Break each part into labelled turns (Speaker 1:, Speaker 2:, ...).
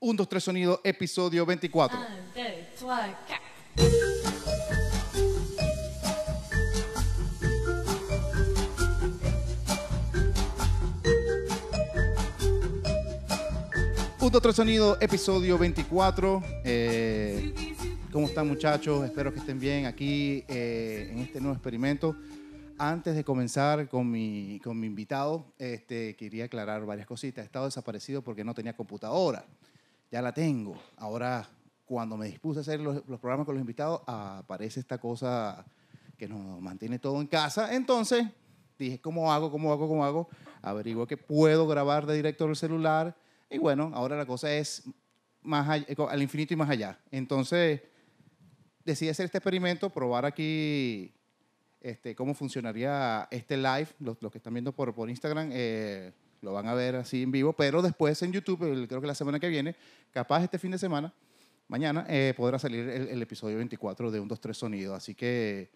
Speaker 1: 1, 2, 3 sonido, episodio 24.
Speaker 2: Un, deux, trois, quatre.
Speaker 1: Un, dos, tres sonido, episodio 24. Eh, ¿Cómo están muchachos? Espero que estén bien aquí eh, en este nuevo experimento. Antes de comenzar con mi, con mi invitado, este, quería aclarar varias cositas. He estado desaparecido porque no tenía computadora. Ya la tengo. Ahora, cuando me dispuse a hacer los, los programas con los invitados, aparece esta cosa que nos mantiene todo en casa. Entonces, dije, ¿cómo hago? ¿Cómo hago? ¿Cómo hago? Averiguo que puedo grabar de directo del celular. Y bueno, ahora la cosa es más all- eh, co- al infinito y más allá. Entonces, decidí hacer este experimento, probar aquí este, cómo funcionaría este live. Los, los que están viendo por, por Instagram eh, lo van a ver así en vivo, pero después en YouTube, el- creo que la semana que viene, capaz este fin de semana, mañana, eh, podrá salir el, el episodio 24 de Un 2, 3 Sonido. Así que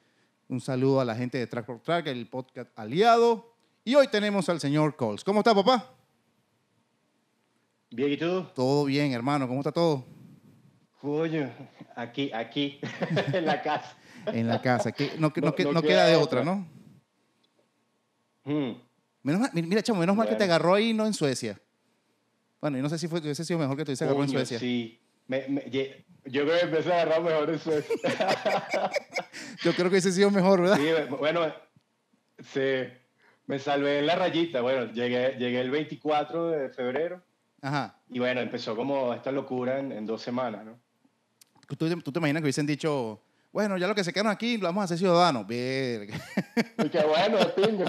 Speaker 1: un saludo a la gente de Track por Track, el podcast aliado. Y hoy tenemos al señor Coles. ¿Cómo está, papá?
Speaker 3: Bien, ¿y tú?
Speaker 1: Todo bien, hermano. ¿Cómo está todo?
Speaker 3: Coño, aquí, aquí, en la casa.
Speaker 1: En la casa. Que no, que- no
Speaker 3: No-
Speaker 1: que-
Speaker 3: no
Speaker 1: no queda de otra, ¿no?
Speaker 3: Mm,
Speaker 1: Menos mal- mira, chamo, menos mal que te
Speaker 3: Bueno.
Speaker 1: agarró ahí no en Suecia. Bueno, y no sé si fue, hubiese sido mejor que te hubiese agarrado en
Speaker 3: coño,
Speaker 1: Suecia.
Speaker 3: Sí. Me- me- ye- yo creo que empecé a agarrar mejor en Suecia.
Speaker 1: Yo creo que hubiese sido mejor, ¿verdad?
Speaker 3: Sí, me- bueno, sí, me salvé en la rayita. Bueno, llegué, llegué el 24 de febrero
Speaker 1: Ajá.
Speaker 3: y bueno, empezó como esta locura en, en dos semanas, ¿no?
Speaker 1: ¿Tú, te- tú te imaginas que hubiesen dicho, bueno, ya lo que se quedaron aquí, lo vamos a hacer ciudadanos. Verga.
Speaker 3: Y que bueno, pingo.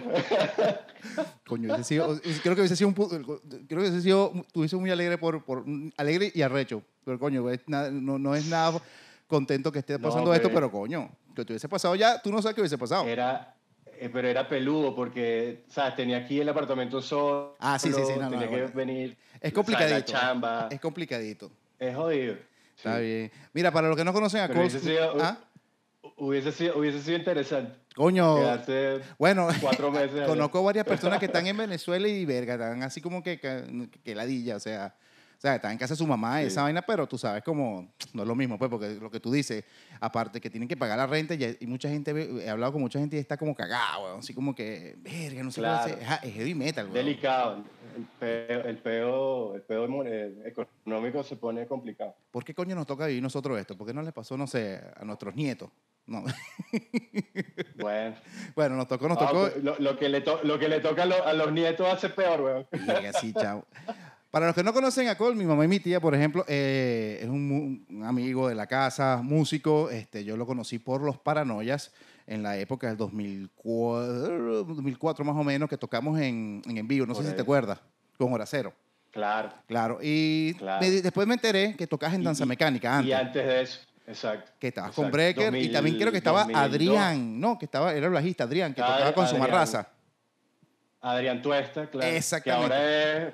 Speaker 1: Coño, hubiese sido, creo que hubiese sido un, pu- creo que hubiese sido, estuviese muy alegre por, por, alegre y arrecho. Pero coño, es nada- no, no es nada contento que esté
Speaker 3: No,
Speaker 1: pasando esto, pero
Speaker 3: pero-
Speaker 1: coño, que te hubiese pasado ya, tú no sabes qué hubiese pasado.
Speaker 3: Era, eh, pero era peludo porque, ¿sabes? Tenía aquí el apartamento solo.
Speaker 1: Ah, sí, sí, sí, no, no,
Speaker 3: tenía que
Speaker 1: bueno.
Speaker 3: venir.
Speaker 1: Es
Speaker 3: ¿sabes? La
Speaker 1: complicadito.
Speaker 3: chamba.
Speaker 1: Es complicadito.
Speaker 3: Es jodido.
Speaker 1: Está
Speaker 3: Sí.
Speaker 1: bien. Mira, para los que no conocen a
Speaker 3: Pero
Speaker 1: Coles.
Speaker 3: hubiese sido-
Speaker 1: ¿Ah?
Speaker 3: Hubiese sido, hubiese sido interesante
Speaker 1: Coño.
Speaker 3: quedarse
Speaker 1: Bueno,
Speaker 3: cuatro meses. allá.
Speaker 1: conozco varias personas que están en Venezuela y verga, están así como que, que, que ladilla, o sea. O sea, están en casa de su mamá y
Speaker 3: Sí.
Speaker 1: esa vaina, pero tú sabes como no es lo mismo, pues, porque lo que tú dices, aparte que tienen que pagar la renta y, y mucha gente, ve- he hablado con mucha gente y está como cagada, weón, así como que, verga, no sé
Speaker 3: Claro.
Speaker 1: qué hacer. Ajá, Es heavy metal, weón.
Speaker 3: Delicado. El peo, el peo, el peo mon- eh, económico se pone complicado.
Speaker 1: ¿Por qué coño nos toca vivir nosotros esto? ¿Por qué no le pasó, no sé, a nuestros nietos? No.
Speaker 3: Bueno.
Speaker 1: bueno, nos tocó, nos
Speaker 3: Ah,
Speaker 1: tocó.
Speaker 3: pues, lo, lo que le to- lo que le toca a, lo- a los nietos hace peor, weón.
Speaker 1: Verga, sí, chao. Para los que no conocen a Cole, mi mamá y mi tía, por ejemplo, eh, es un, mu- un amigo de la casa, músico. Este, yo lo conocí por los Paranoias en la época del 2004, 2004 más o menos, que tocamos en, en En vivo, no sé
Speaker 3: Por
Speaker 1: si
Speaker 3: ahí.
Speaker 1: te acuerdas, con Horacero.
Speaker 3: Claro.
Speaker 1: Claro. Y
Speaker 3: Claro.
Speaker 1: me di- después me enteré que tocas en
Speaker 3: Y-
Speaker 1: Danza
Speaker 3: y-
Speaker 1: Mecánica antes.
Speaker 3: Y antes de eso, exacto.
Speaker 1: que estabas
Speaker 3: exacto.
Speaker 1: con Brecker y también
Speaker 3: 2000,
Speaker 1: creo que estaba
Speaker 3: 2002.
Speaker 1: Adrián, ¿no? Que estaba, era el bajista Adrián, que
Speaker 3: Ad-
Speaker 1: tocaba con su
Speaker 3: Adrián.
Speaker 1: marraza.
Speaker 3: Adrián Tuesta, claro.
Speaker 1: Exactamente.
Speaker 3: Que ahora es,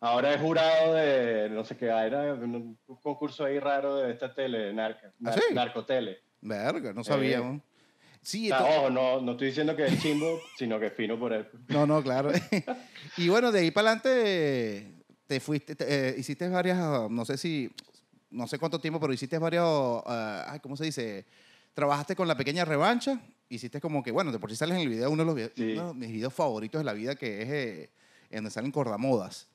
Speaker 3: ahora es jurado de, no sé qué, era un, un concurso ahí raro de esta tele, narca, nar-
Speaker 1: ¿Ah, sí?
Speaker 3: narcotele.
Speaker 1: Verga, no sabía.
Speaker 3: Eh,
Speaker 1: ¿no? Sí,
Speaker 3: O sea,
Speaker 1: esto-
Speaker 3: ojo, no, no estoy diciendo que es chimbo, sino que es fino por él.
Speaker 1: No, no, claro. y bueno, de ahí para adelante te fuiste, te- eh, hiciste varias, ah, no sé si, no sé cuánto tiempo, pero hiciste varios, ah, ay, ¿cómo se dice? Trabajaste con la pequeña revancha, hiciste como que, bueno, de por sí sales en el video, uno de los vide-
Speaker 3: Sí.
Speaker 1: uno de mis videos favoritos de la vida, que es eh, en donde salen cordamodas,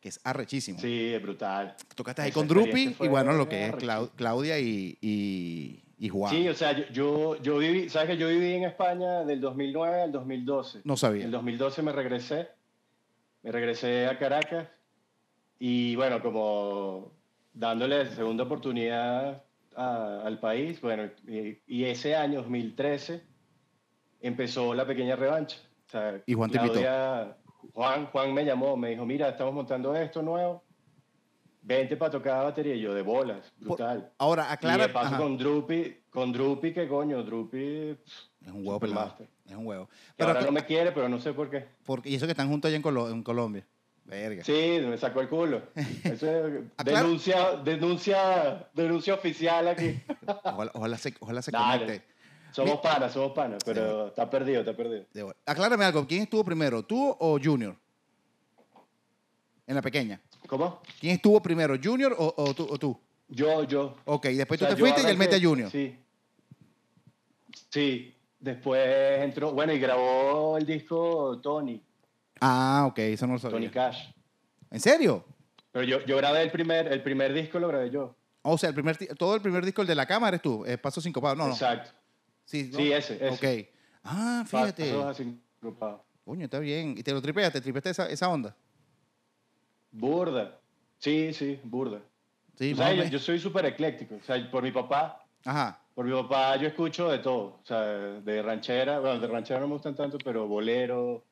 Speaker 1: que es arrechísimo.
Speaker 3: Sí, es brutal.
Speaker 1: Tocaste ahí
Speaker 3: Esa
Speaker 1: con Drupi
Speaker 3: experiencia
Speaker 1: y
Speaker 3: fue
Speaker 1: bueno, lo que es
Speaker 3: arrechísima.
Speaker 1: Clau- Claudia y, y, y Juan.
Speaker 3: Sí, o sea, yo, yo, yo viví, ¿sabes que yo viví en España del 2009 al 2012?
Speaker 1: no
Speaker 3: En
Speaker 1: sabía.
Speaker 3: el 2012 me regresé, me regresé a Caracas y bueno, como dándole segunda oportunidad a- al país, bueno, y, y ese año, 2013, empezó la pequeña revancha. O sea,
Speaker 1: Y Juan te invitó.
Speaker 3: Claudia- Juan, Juan me llamó, me dijo, mira, estamos montando esto nuevo, vente para tocar la batería, y yo de bolas, brutal.
Speaker 1: Ahora,
Speaker 3: y
Speaker 1: aclara.
Speaker 3: de paso
Speaker 1: ajá.
Speaker 3: con Drupi, con Drupi, que coño, Drupi,
Speaker 1: Es un huevo pelado.
Speaker 3: Supermaster.
Speaker 1: Es un huevo.
Speaker 3: que
Speaker 1: Pero
Speaker 3: ahora
Speaker 1: acla-
Speaker 3: no me quiere, pero no sé por qué.
Speaker 1: Porque, y eso que están juntos allá en, Colo- en Colombia. Verga.
Speaker 3: Sí, me sacó el culo. Eso es
Speaker 1: Aclara-
Speaker 3: denuncia, denuncia, denuncia oficial aquí.
Speaker 1: Ojalá, ojalá se, ojalá se
Speaker 3: Dale.
Speaker 1: conecte.
Speaker 3: Somos panas, somos panas, pero está perdido, está perdido.
Speaker 1: De bola. Aclárame algo. ¿Quién estuvo primero? ¿Tú o Junior? En la pequeña.
Speaker 3: ¿Cómo?
Speaker 1: ¿Quién estuvo primero, Junior o, o tú, o tú?
Speaker 3: Yo, yo.
Speaker 1: Ok, después
Speaker 3: O sea,
Speaker 1: Pues tú te
Speaker 3: yo
Speaker 1: fuiste y él
Speaker 3: arranqué-
Speaker 1: mete a Junior.
Speaker 3: Sí. Sí. Después entró, bueno, y grabó el disco Tony,
Speaker 1: Ah, ok, eso no lo sabía.
Speaker 3: Tony Cash.
Speaker 1: ¿En serio?
Speaker 3: Pero yo, yo grabé el primer, el primer disco lo grabé yo.
Speaker 1: O sea, el primer, ti- todo el primer disco, el de la cámara, eres tú. eh, paso cinco pasos. No, no.
Speaker 3: Exacto.
Speaker 1: Sí, ¿no?
Speaker 3: Sí, ese, ese.
Speaker 1: Ok. Ah, fíjate.
Speaker 3: Pasos asincopados.
Speaker 1: Coño, está bien. ¿Y te lo tripeas? ¿Te tripeaste esa, esa onda?
Speaker 3: Burda. Sí, sí, burda.
Speaker 1: Sí,
Speaker 3: O sea,
Speaker 1: más o
Speaker 3: yo,
Speaker 1: menos.
Speaker 3: Pues yo soy súper ecléctico. O sea, por mi papá,
Speaker 1: Ajá.
Speaker 3: por mi papá yo escucho de todo. O sea, de ranchera, bueno, de ranchera no me gustan tanto, pero bolero,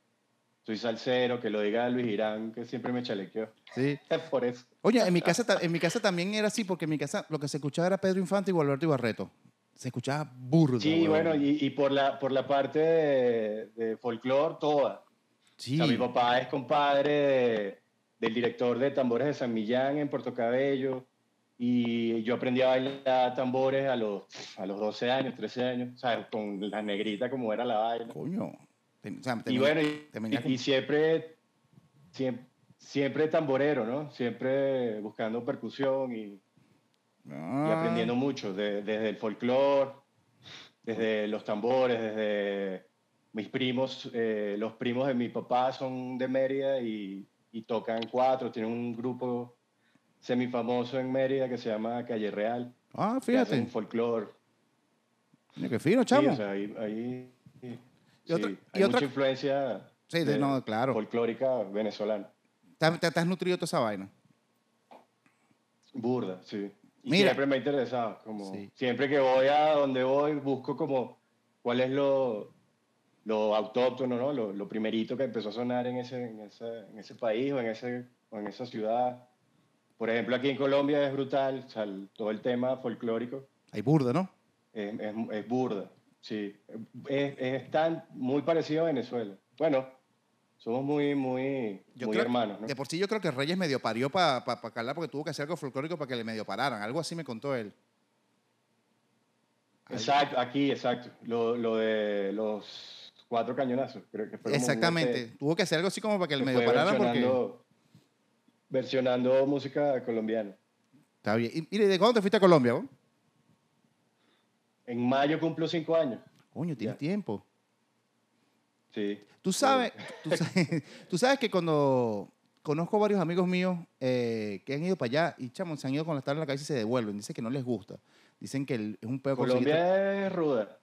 Speaker 3: soy salsero, que lo diga Luis Irán, que siempre me chalequeó.
Speaker 1: Sí.
Speaker 3: Es por eso.
Speaker 1: Oye, en mi, casa, ta- en mi casa también era así, porque en mi casa lo que se escuchaba era Pedro Infante y Gualberto Ibarreto. Se escuchaba burdo.
Speaker 3: Sí, bueno, y, y por, la, por la parte de, de folclore, toda. O
Speaker 1: Sí.
Speaker 3: sea, mi papá es compadre de- del director de tambores de San Millán en Puerto Cabello. Y yo aprendí a bailar tambores a los, a los 12 años, 13 años, o sea, con la negrita como era la vaina.
Speaker 1: Coño. Ten- o sea,
Speaker 3: y
Speaker 1: tenía-
Speaker 3: bueno, y,
Speaker 1: terminé
Speaker 3: y-
Speaker 1: con-
Speaker 3: y siempre, siempre, siempre tamborero, ¿no? Siempre buscando percusión y, y
Speaker 1: Ah.
Speaker 3: aprendiendo mucho, de- desde el folclore, desde los tambores, desde mis primos, eh, los primos de mi papá son de Mérida y, y tocan cuatro, tienen un grupo semifamoso en Mérida que se llama Calle Real,
Speaker 1: Ah,
Speaker 3: que hacen
Speaker 1: fíjate.
Speaker 3: folclore.
Speaker 1: Coño, Qué fino,
Speaker 3: Sí,
Speaker 1: chamo.
Speaker 3: o sea, ahí, ahí- sí,
Speaker 1: Y otra-
Speaker 3: hay
Speaker 1: y otra-
Speaker 3: mucha influencia
Speaker 1: Sí, de- no, claro.
Speaker 3: folclórica venezolana.
Speaker 1: Te- te, te has nutrido toda esa vaina.
Speaker 3: Burda, sí. Y
Speaker 1: Mira.
Speaker 3: siempre me ha interesado. Como,
Speaker 1: Sí.
Speaker 3: Siempre que voy a donde voy, busco como cuál es lo, lo autóctono, ¿no? Lo, lo primerito que empezó a sonar en ese, en ese, en ese país o en, ese, o en esa ciudad. Por ejemplo, aquí en Colombia es brutal, o sea, el- todo el tema folclórico
Speaker 1: Hay burda, ¿no?
Speaker 3: es, es, es burda, sí. Es, es tan, muy parecido a Venezuela. Bueno, somos muy, muy,
Speaker 1: Yo
Speaker 3: muy
Speaker 1: creo-
Speaker 3: hermanos, ¿no?
Speaker 1: De por sí yo creo que Reyes medio parió para pa, pa calar porque tuvo que hacer algo folclórico para que le medio pararan. Algo así me contó él. Ahí.
Speaker 3: Exacto, aquí, exacto. Lo, lo de los cuatro cañonazos, creo que fue como un
Speaker 1: Exactamente.
Speaker 3: golpe
Speaker 1: Tuvo que hacer algo así como para que le
Speaker 3: que
Speaker 1: medio
Speaker 3: fue
Speaker 1: pararan porque...
Speaker 3: versionando- Versionando música colombiana.
Speaker 1: Está bien. Y, mire, ¿de cuándo te fuiste a Colombia? vos?
Speaker 3: En mayo cumplo cinco años.
Speaker 1: Coño, tienes
Speaker 3: Ya.
Speaker 1: tiempo.
Speaker 3: Sí.
Speaker 1: Tú sabes, tú sabes, tú sabes que cuando conozco varios amigos míos eh, que han ido para allá y chamo, se han ido con las tablas en la cabeza y se devuelven. Dicen que no les gusta. Dicen que el- es un pedo conseguir tra-
Speaker 3: Colombia es ruda.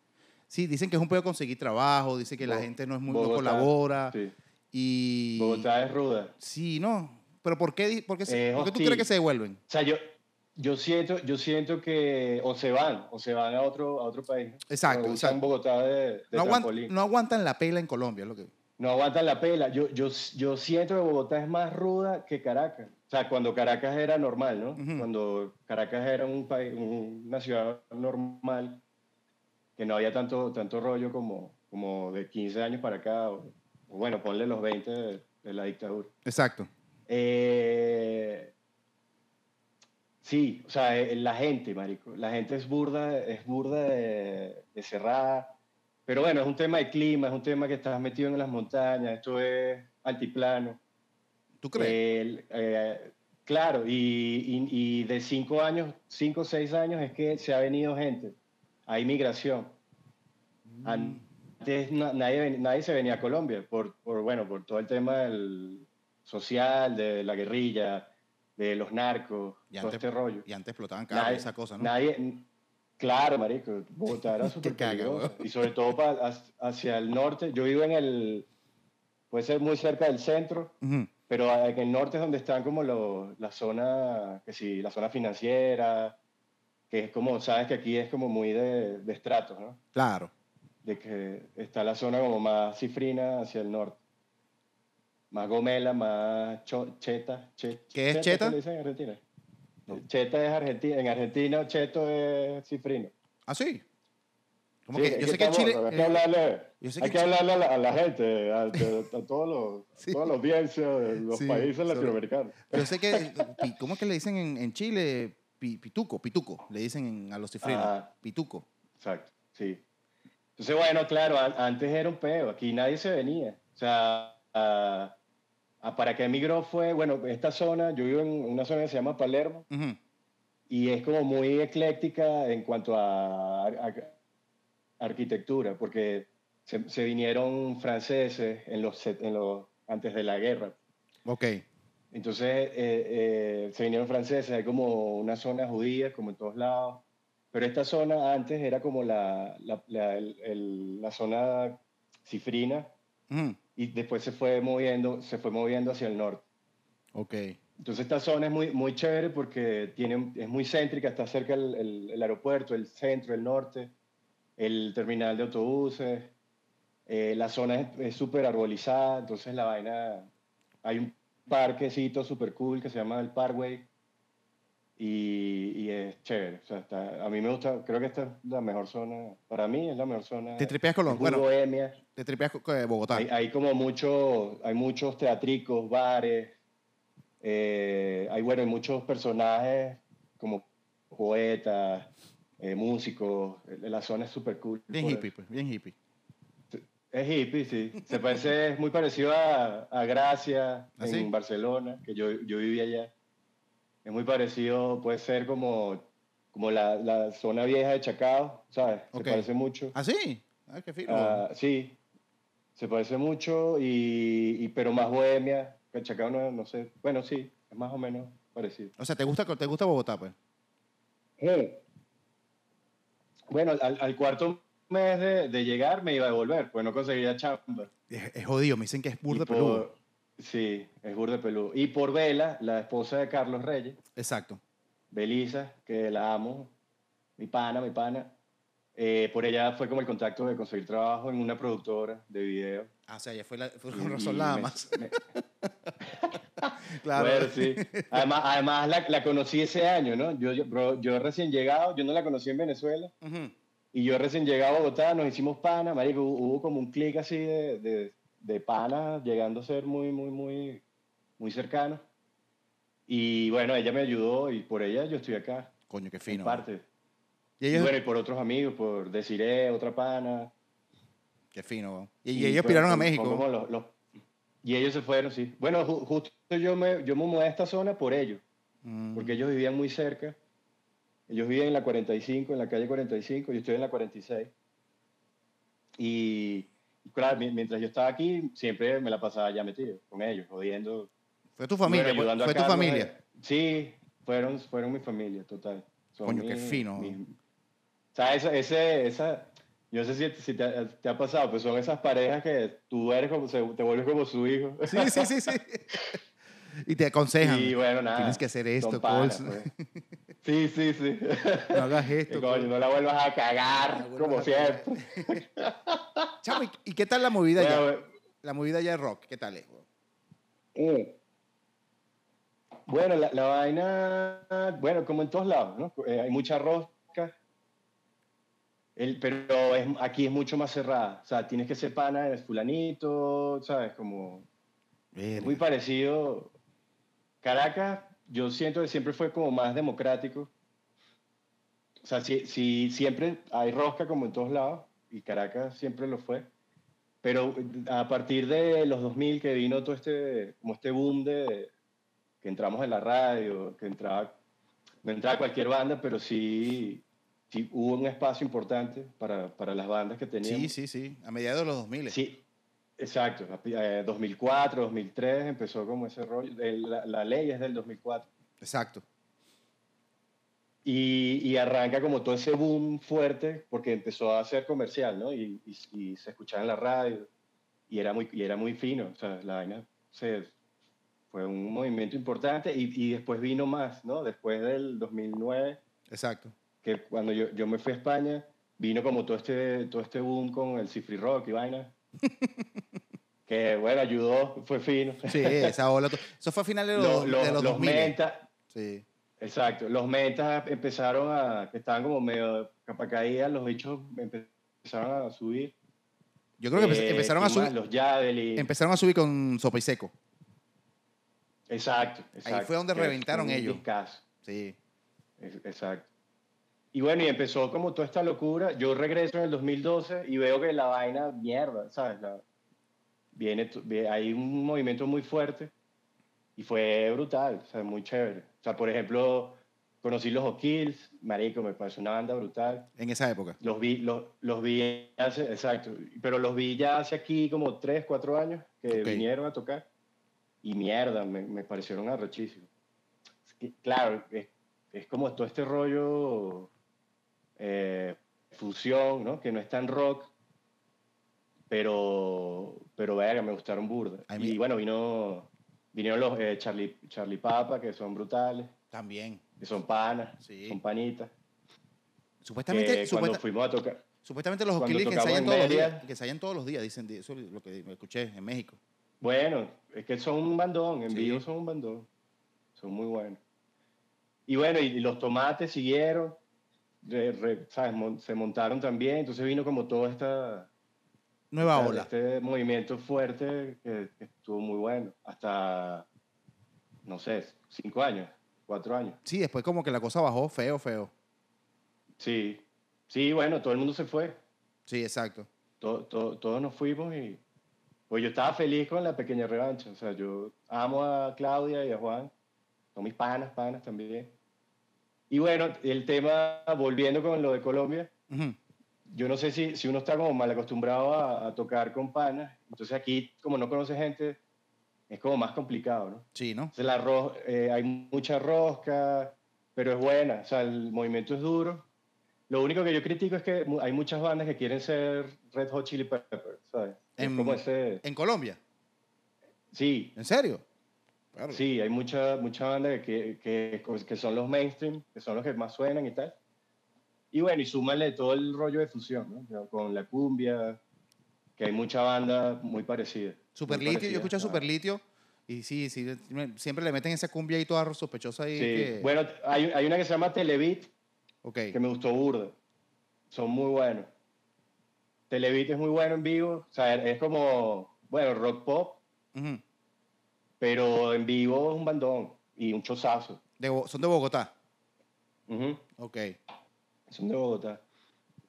Speaker 1: Sí, dicen que es un pedo conseguir trabajo, dicen que la
Speaker 3: Bo-
Speaker 1: gente no es muy no
Speaker 3: Bogotá,
Speaker 1: colabora.
Speaker 3: sí.
Speaker 1: Ah, Y
Speaker 3: Bogotá es ruda.
Speaker 1: Sí, no. Pero ¿por qué, di- por qué, se-
Speaker 3: Es
Speaker 1: por qué tú
Speaker 3: hostil.
Speaker 1: crees que se devuelven?
Speaker 3: O sea, yo, yo, siento, yo siento que o se van, o se van a otro, a otro país.
Speaker 1: Exacto, exacto.
Speaker 3: O usan Bogotá de, de
Speaker 1: No, aguant-
Speaker 3: trampolín.
Speaker 1: no aguantan la pela en Colombia, es lo que.
Speaker 3: no aguantan la pela. Yo, yo, yo siento que Bogotá es más ruda que Caracas. O sea, cuando Caracas era normal, ¿no?
Speaker 1: Ujú.
Speaker 3: Cuando Caracas era un país, una ciudad normal, que no había tanto, tanto rollo como, como de 15 años para acá, o, o bueno, ponle los 20 de, de la dictadura.
Speaker 1: Exacto.
Speaker 3: Eh, sí, o sea, eh, la gente, marico, la gente es burda, es burda de, de cerrada. Pero bueno, es un tema de clima, es un tema que estás metido en las montañas, esto es altiplano.
Speaker 1: ¿Tú crees?
Speaker 3: El, eh, claro, y, y- y de cinco años, cinco o seis años es que se ha venido gente, hay migración.
Speaker 1: Mm,
Speaker 3: Antes na- nadie, ven- nadie se venía a Colombia por, por, bueno, por todo el tema del social, de la guerrilla, de los narcos,
Speaker 1: Y
Speaker 3: todo
Speaker 1: antes-
Speaker 3: este rollo.
Speaker 1: y antes explotaban carros y
Speaker 3: Nadie-
Speaker 1: esas cosas, ¿no?
Speaker 3: Nadie, n- claro, marico, Bogotá era
Speaker 1: Qué
Speaker 3: súper
Speaker 1: caga,
Speaker 3: peligrosa.
Speaker 1: weón.
Speaker 3: Y sobre todo pa- hacia- hacia el norte, yo vivo en el, puede ser muy cerca del centro,
Speaker 1: Ujú.
Speaker 3: pero en el norte es donde están como lo- la zona, que sí, la zona financiera, que es como, sabes que aquí es como muy de, de estratos, ¿no?
Speaker 1: Claro.
Speaker 3: De que está la zona como más cifrina hacia el norte. Más gomela, más cho- cheta. che-
Speaker 1: ¿Qué es cheta?
Speaker 3: se le dice en Argentina? Cheta es argentina. En Argentina, cheto es cifrino.
Speaker 1: ¿Ah, sí? Como
Speaker 3: Sí,
Speaker 1: que,
Speaker 3: es
Speaker 1: yo sé que
Speaker 3: estamos-
Speaker 1: Chile.
Speaker 3: Hay que
Speaker 1: eh,
Speaker 3: hablarle,
Speaker 1: yo sé
Speaker 3: hay
Speaker 1: que
Speaker 3: que
Speaker 1: Chile-
Speaker 3: hablarle a, la, a la gente, a, a- a todos los,
Speaker 1: Sí.
Speaker 3: todas las audiencias de los
Speaker 1: Sí,
Speaker 3: países
Speaker 1: sobre-
Speaker 3: latinoamericanos.
Speaker 1: yo sé que. eh, pi- ¿Cómo es que le dicen en, en Chile? Pi- pituco, pituco. Le dicen en- a los cifrinos.
Speaker 3: Ajá.
Speaker 1: Pituco.
Speaker 3: Exacto, sí. Entonces, bueno, claro, an- antes era un peo, aquí nadie se venía. O sea, ah, Ah, ¿Para qué migró fue? Bueno, esta zona, yo vivo en una zona que se llama Palermo
Speaker 1: Ujú.
Speaker 3: y es como muy ecléctica en cuanto a, ar- arquitectura, porque se, se vinieron franceses en los, set- en los, antes de la guerra.
Speaker 1: Ok.
Speaker 3: Entonces eh, eh, se vinieron franceses, hay como una zona judía, como en todos lados. Pero esta zona antes era como la, la, la- el- el- la zona cifrina
Speaker 1: Ujú.
Speaker 3: y después se fue moviendo, se fue moviendo hacia el norte.
Speaker 1: Ok.
Speaker 3: Entonces esta zona es muy, muy chévere porque tiene, es muy céntrica, está cerca el, el- el aeropuerto, el centro, el norte, el terminal de autobuses, eh, la zona es- es súper arbolizada, entonces la vaina, hay un parquecito súper cool que se llama el Parkway y, y es chévere, o sea, está- a mí me gusta, creo que esta es la mejor zona, para mí es la mejor zona.
Speaker 1: Te tripeas con los-
Speaker 3: es muy
Speaker 1: bueno.
Speaker 3: bohemia.
Speaker 1: Te tripeas con con Bogotá.
Speaker 3: Hay, hay como mucho, hay muchos teatricos, bares, eh, hay bueno, hay muchos personajes como poetas, eh, músicos, eh, la zona es súper cool.
Speaker 1: Bien
Speaker 3: por
Speaker 1: hippie, pues. Bien hippie.
Speaker 3: eso. Es hippie, sí. Se parece, es muy parecido a, a Gracia
Speaker 1: ¿Ah,
Speaker 3: en
Speaker 1: sí?
Speaker 3: Barcelona, que yo, yo vivía allá. Es muy parecido, puede ser como, como la, la zona vieja de Chacao, ¿sabes?
Speaker 1: Ok.
Speaker 3: Se parece mucho.
Speaker 1: ¿Ah, sí? Ah, qué fino.
Speaker 3: Ah, sí, se parece mucho, y, y- pero más bohemia. que Chacao no, no sé. Bueno, sí, es más o menos parecido.
Speaker 1: o sea, ¿te gusta, ¿te gusta Bogotá, pues?
Speaker 3: Bueno, al, al cuarto mes de, de llegar me iba a devolver, pues no conseguía chamba.
Speaker 1: Es, es jodido. Me dicen que es burda
Speaker 3: Y por-
Speaker 1: peludo.
Speaker 3: Sí, es burda de peludo. Y por Vela, la esposa de Carlos Reyes,
Speaker 1: Exacto.
Speaker 3: Belisa, que la amo, mi pana, mi pana. eh, por ella fue como el contacto de conseguir trabajo en una productora de video.
Speaker 1: Ah, o sea, ya fue, la, fue
Speaker 3: Y-
Speaker 1: con
Speaker 3: y
Speaker 1: razón nada
Speaker 3: me-
Speaker 1: más.
Speaker 3: me-
Speaker 1: Claro.
Speaker 3: Bueno, sí. Además, además la, la conocí ese año, ¿no? Yo, yo, bro, yo recién llegado, yo no la conocí en Venezuela,
Speaker 1: Ujú.
Speaker 3: y yo recién llegado a Bogotá, nos hicimos pana, marico, hu- hubo como un clic así de, de, de pana, llegando a ser muy, muy, muy, muy cercano. Y bueno, ella me ayudó y por ella yo estoy acá,
Speaker 1: Coño, qué fino. ¿no?
Speaker 3: en parte.
Speaker 1: Y
Speaker 3: Y
Speaker 1: ellos,
Speaker 3: bueno, y por otros amigos, por Desiree, otra pana.
Speaker 1: qué fino. ¿no? Y, y ellos piraron
Speaker 3: fueron
Speaker 1: a
Speaker 3: como-
Speaker 1: México.
Speaker 3: como los- los- y ellos se fueron, sí. Bueno, ju- justo yo me, yo me mudé a esta zona por ellos.
Speaker 1: Mm.
Speaker 3: porque ellos vivían muy cerca. Ellos vivían en la 45, en la calle 45, yo estoy en la 46. Y claro, mi- mientras yo estaba aquí, siempre me la pasaba ya metido con ellos, jodiendo.
Speaker 1: Fue tu familia,
Speaker 3: Bueno,
Speaker 1: pues,
Speaker 3: ayudando a
Speaker 1: fue tu
Speaker 3: Carlos,
Speaker 1: familia.
Speaker 3: eh, Sí, fueron, fueron mi familia, total. Son
Speaker 1: Coño, qué
Speaker 3: mi-
Speaker 1: fino.
Speaker 3: mi- o sea, esa, ese- esa, yo no sé si, si te, te ha pasado, pero son esas parejas que tú eres como, se- te vuelves como su hijo.
Speaker 1: Sí, sí, sí, sí. y te aconsejan.
Speaker 3: Y bueno, nada.
Speaker 1: Tienes que hacer esto,
Speaker 3: son panas,
Speaker 1: Colson.
Speaker 3: pues. Sí, sí, sí.
Speaker 1: No hagas esto.
Speaker 3: Que coño,
Speaker 1: coño.
Speaker 3: no la vuelvas a
Speaker 1: No la
Speaker 3: cagar,
Speaker 1: vuelvas
Speaker 3: como
Speaker 1: a cagar.
Speaker 3: siempre.
Speaker 1: Chamo, ¿y- ¿y qué tal la movida ya?
Speaker 3: Bueno,
Speaker 1: La movida ya de rock, ¿qué tal es? bro?
Speaker 3: eh, bueno, la, la vaina, bueno, como en todos lados, ¿no? Eh, hay mucha rosca, el, pero es- aquí es mucho más cerrada. O sea, tienes que ser pana, eres fulanito, ¿sabes? Como
Speaker 1: Verga.
Speaker 3: muy parecido. Caracas, yo siento que siempre fue como más democrático. O sea, si, si siempre hay rosca como en todos lados, y Caracas siempre lo fue. Pero a partir de los 2000 que vino todo este, como este boom de que entramos en la radio, que entraba, no entraba cualquier banda, pero sí, sí hubo un espacio importante para, para las bandas que tenían.
Speaker 1: Sí, sí, sí. A mediados de los 2000.
Speaker 3: Sí, exacto. Eh, 2004, 2003 empezó como ese rollo. El- la, la ley es del 2004.
Speaker 1: Exacto.
Speaker 3: Y, y arranca como todo ese boom fuerte porque empezó a ser comercial, ¿no? Y, y- y se escuchaba en la radio y era muy, y era muy fino. O sea, la vaina se- fue un movimiento importante y, y después vino más, ¿no? Después del 2009,
Speaker 1: Exacto.
Speaker 3: que cuando yo, yo me fui a España, vino como todo este, todo este boom con el Cifri Rock y vaina. que bueno, ayudó, fue fino.
Speaker 1: Sí, esa ola. to- Eso fue a finales de los,
Speaker 3: Los, los,
Speaker 1: de los
Speaker 3: los
Speaker 1: 2000.
Speaker 3: metas,
Speaker 1: Sí.
Speaker 3: exacto, los metas empezaron a, que estaban como medio capa caída, los bichos empezaron a subir.
Speaker 1: Yo creo que empe-
Speaker 3: Eh,
Speaker 1: empezaron a
Speaker 3: ¿quién más?
Speaker 1: subir.
Speaker 3: Los Javelin.
Speaker 1: Empezaron a subir con Sopa y Seco.
Speaker 3: exacto, exacto.
Speaker 1: fue donde
Speaker 3: que es
Speaker 1: reventaron
Speaker 3: un
Speaker 1: ellos.
Speaker 3: discazo.
Speaker 1: Sí.
Speaker 3: Es- Exacto. Y bueno, y empezó como toda esta locura. Yo regreso en el 2012 y veo que la vaina, mierda, ¿sabes? La- viene, tu- vie- hay un movimiento muy fuerte y fue brutal, o sea, muy chévere. O sea, por ejemplo, conocí los O'Kills, Marico, me parece una banda brutal.
Speaker 1: en esa época.
Speaker 3: Los vi, los, los vi hace, exacto, pero los vi ya hace aquí como 3, 4 años que
Speaker 1: Ok.
Speaker 3: vinieron a tocar y mierda, me, me parecieron arrechísimos. Es que, claro, es, es como todo este rollo eh, fusión, ¿no? Que no es tan rock, pero, pero verga, me gustaron burda.
Speaker 1: A mí-
Speaker 3: Y bueno, vino, vinieron los eh, Charlie, Charlie Papa, que son brutales,
Speaker 1: También.
Speaker 3: que son panas,
Speaker 1: Sí.
Speaker 3: son panitas.
Speaker 1: Supuestamente,
Speaker 3: que cuando
Speaker 1: supuesta-
Speaker 3: fuimos a tocar...
Speaker 1: supuestamente los
Speaker 3: cuando
Speaker 1: oquilis que
Speaker 3: tocamos
Speaker 1: ensayan
Speaker 3: en
Speaker 1: todos los
Speaker 3: Mérida-
Speaker 1: días, que ensayan todos los días, dicen, di- eso es lo que me escuché en México.
Speaker 3: Bueno, es que son un bandón, en
Speaker 1: Sí.
Speaker 3: vivo son un bandón. Son muy buenos. Y bueno, y los tomates siguieron, re- re- ¿sabes? Mon- se montaron también, entonces vino como todo esta,
Speaker 1: Nueva
Speaker 3: o sea,
Speaker 1: ola.
Speaker 3: este movimiento fuerte que, que estuvo muy bueno, hasta, no sé, cinco años, cuatro años.
Speaker 1: Sí, después como que la cosa bajó feo, feo.
Speaker 3: Sí, sí, bueno, todo el mundo se fue,
Speaker 1: Sí, exacto.
Speaker 3: to- to- todos nos fuimos y pues yo estaba feliz con la pequeña revancha. O sea, yo amo a Claudia y a Juan, son mis panas, panas también. Y bueno, el tema, volviendo con lo de Colombia,
Speaker 1: Ujú.
Speaker 3: yo no sé si, si uno está como mal acostumbrado a, a tocar con panas, entonces aquí, como no conoce gente, es como más complicado, ¿no?
Speaker 1: Sí, ¿no?
Speaker 3: Entonces, la ro- eh, hay mucha rosca, pero es buena, o sea, el movimiento es duro. Lo único que yo critico es que mu- hay muchas bandas que quieren ser Red Hot Chili Peppers, ¿sabes? Es
Speaker 1: En-
Speaker 3: como ese...
Speaker 1: En Colombia.
Speaker 3: Sí,
Speaker 1: ¿En serio? Claro.
Speaker 3: sí, hay mucha, mucha banda que, que, que son los mainstream, que son los que más suenan y tal. Y bueno, y súmale todo el rollo de fusión, ¿no? Con la cumbia, que hay mucha banda muy parecida. muy
Speaker 1: Superlitio, yo
Speaker 3: parecida,
Speaker 1: escucho
Speaker 3: ah.
Speaker 1: Superlitio y sí, sí, me- siempre le meten esa cumbia ahí toda sospechosa ahí.
Speaker 3: Sí,
Speaker 1: que-
Speaker 3: bueno, hay, hay una que se llama Televit,
Speaker 1: ok.
Speaker 3: que me gustó burda. Son muy buenos. Televit es muy bueno en vivo. O sea, es como, bueno, rock pop,
Speaker 1: Ujú.
Speaker 3: pero en vivo es un bandón y un chozazo.
Speaker 1: De Bo- son de Bogotá.
Speaker 3: Ujú,
Speaker 1: Ok.
Speaker 3: Son de Bogotá.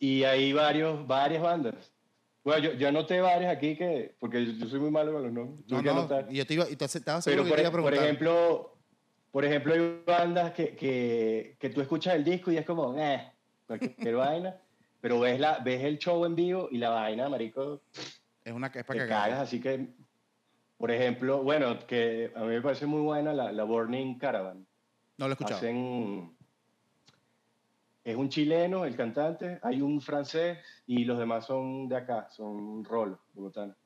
Speaker 3: Y hay varios, varias bandas. Bueno, yo, yo anoté varias aquí que, porque yo, yo soy muy malo con los nombres.
Speaker 1: No,
Speaker 3: Tuve que
Speaker 1: no,
Speaker 3: anotar.
Speaker 1: y yo te iba, y te- estaba seguro
Speaker 3: Pero
Speaker 1: que
Speaker 3: por,
Speaker 1: te iba
Speaker 3: e-
Speaker 1: a
Speaker 3: por
Speaker 1: preguntar.
Speaker 3: ejemplo, por ejemplo, hay bandas que, que, que tú escuchas el disco y es como, eh, cualquier vaina. Pero ves, la, ves el show en vivo y la vaina, marico,
Speaker 1: es una es
Speaker 3: te
Speaker 1: para cagar.
Speaker 3: cagas. Así que, por ejemplo, bueno, que a mí me parece muy buena la, la Burning Caravan.
Speaker 1: No lo he escuchado.
Speaker 3: Hacen... Es un chileno, el cantante, hay un francés y los demás son de acá, son rolos, bogotanos.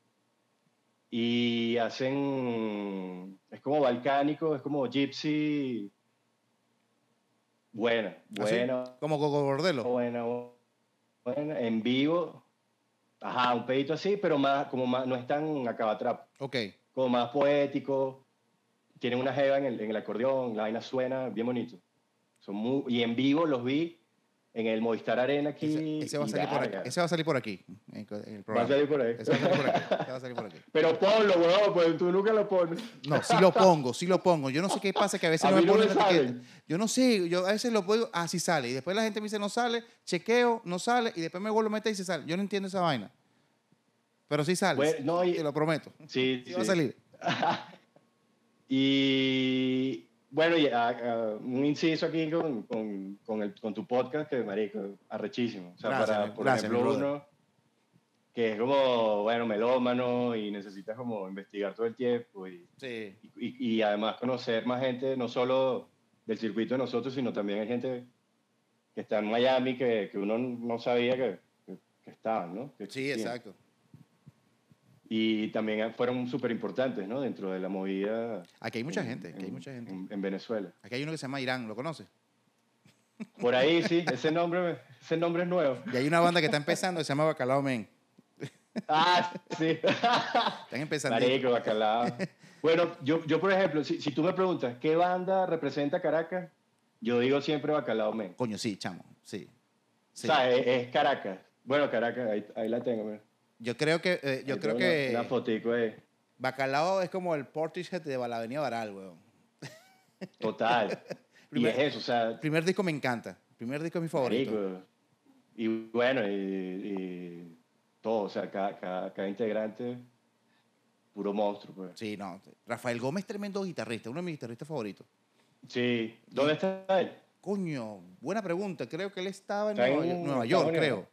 Speaker 3: Y hacen... Es como balcánico, es como gypsy... Buena,
Speaker 1: ¿Ah, sí?
Speaker 3: buena,
Speaker 1: Como Coco Bordelo.
Speaker 3: buena, buena, en vivo. Ajá, un pedito así, pero más, como más, no es tan acabatrap
Speaker 1: Ok.
Speaker 3: como más poético. Tienen una jeva en el, en el acordeón, la vaina suena bien bonito. Son muy, y en vivo los vi en el Movistar Arena aquí.
Speaker 1: Ese, ese va a
Speaker 3: y
Speaker 1: salir por
Speaker 3: verga,
Speaker 1: aquí. Ese va a salir por aquí. En, co- en el
Speaker 3: va a
Speaker 1: programa.
Speaker 3: salir por ahí.
Speaker 1: Ese va a salir por aquí. ese va a salir por aquí.
Speaker 3: Pero ponlo, weón, pues tú nunca lo pones.
Speaker 1: No, sí lo pongo, sí lo pongo. Yo no sé qué pasa que a veces
Speaker 3: A
Speaker 1: no me
Speaker 3: mí no
Speaker 1: ponen
Speaker 3: me
Speaker 1: la etiqueta.
Speaker 3: salen.
Speaker 1: Yo no sé, yo a veces lo pongo, ah, sí sale. Y después la gente me dice, no sale, chequeo, no sale. Y después me vuelvo a meter y se sale. Yo no entiendo esa vaina. Pero sí sale.
Speaker 3: Bueno, no, y-
Speaker 1: Te lo prometo.
Speaker 3: Sí,
Speaker 1: Sí va a salir.
Speaker 3: Y bueno, y, ah, ah, un inciso aquí con, con, con el- con tu podcast, que marico, arrechísimo. O sea,
Speaker 1: Gracias,
Speaker 3: para,
Speaker 1: mi-
Speaker 3: por
Speaker 1: gracias, mi
Speaker 3: ejemplo,
Speaker 1: brother.
Speaker 3: uno que es como, bueno, melómano y necesitas como investigar todo el tiempo y
Speaker 1: Sí.
Speaker 3: y, y además conocer más gente, no solo del circuito de nosotros, sino también hay gente que está en Miami que, que uno no sabía que, que, que estaban, ¿no? Que
Speaker 1: Sí,
Speaker 3: existían.
Speaker 1: exacto.
Speaker 3: Y también fueron súper importantes, ¿no? Dentro de la movida.
Speaker 1: Aquí hay mucha
Speaker 3: en-
Speaker 1: gente, aquí hay
Speaker 3: en-
Speaker 1: mucha gente.
Speaker 3: En, en Venezuela.
Speaker 1: Aquí hay uno que se llama Irán, ¿lo conoces?
Speaker 3: Por ahí sí, ese nombre, me- ese nombre es nuevo.
Speaker 1: Y hay una banda que está empezando que se llama Bacalao Men.
Speaker 3: Ah, sí.
Speaker 1: Están empezando.
Speaker 3: Marico, bacalao. Bueno, yo, yo por ejemplo, si, si tú me preguntas, ¿qué banda representa Caracas? Yo digo siempre Bacalao Men.
Speaker 1: Coño, sí, chamo. Sí. Sí.
Speaker 3: O sea, es, es Caracas. Bueno, Caracas, ahí, ahí la tengo. mira.
Speaker 1: Yo creo que, eh, yo
Speaker 3: Ahí
Speaker 1: creo
Speaker 3: tengo
Speaker 1: que
Speaker 3: Una, una fotico ahí.
Speaker 1: Bacalao es como el Portishead de la Avenida Baral, weón.
Speaker 3: Total. y es
Speaker 1: Primero-
Speaker 3: eso, o sea,
Speaker 1: El primer disco me encanta. El primer disco es mi favorito.
Speaker 3: marico. Y bueno, y, y todo, o sea, cada, cada, cada integrante puro monstruo, pues.
Speaker 1: Sí, no. Rafael Gómez es tremendo guitarrista, uno de mis guitarristas favoritos.
Speaker 3: Sí. ¿Dónde está él?
Speaker 1: Coño, buena pregunta. Creo que él estaba en
Speaker 3: Está en
Speaker 1: Nueva, York- Nueva
Speaker 3: Estados
Speaker 1: York,
Speaker 3: Unidos.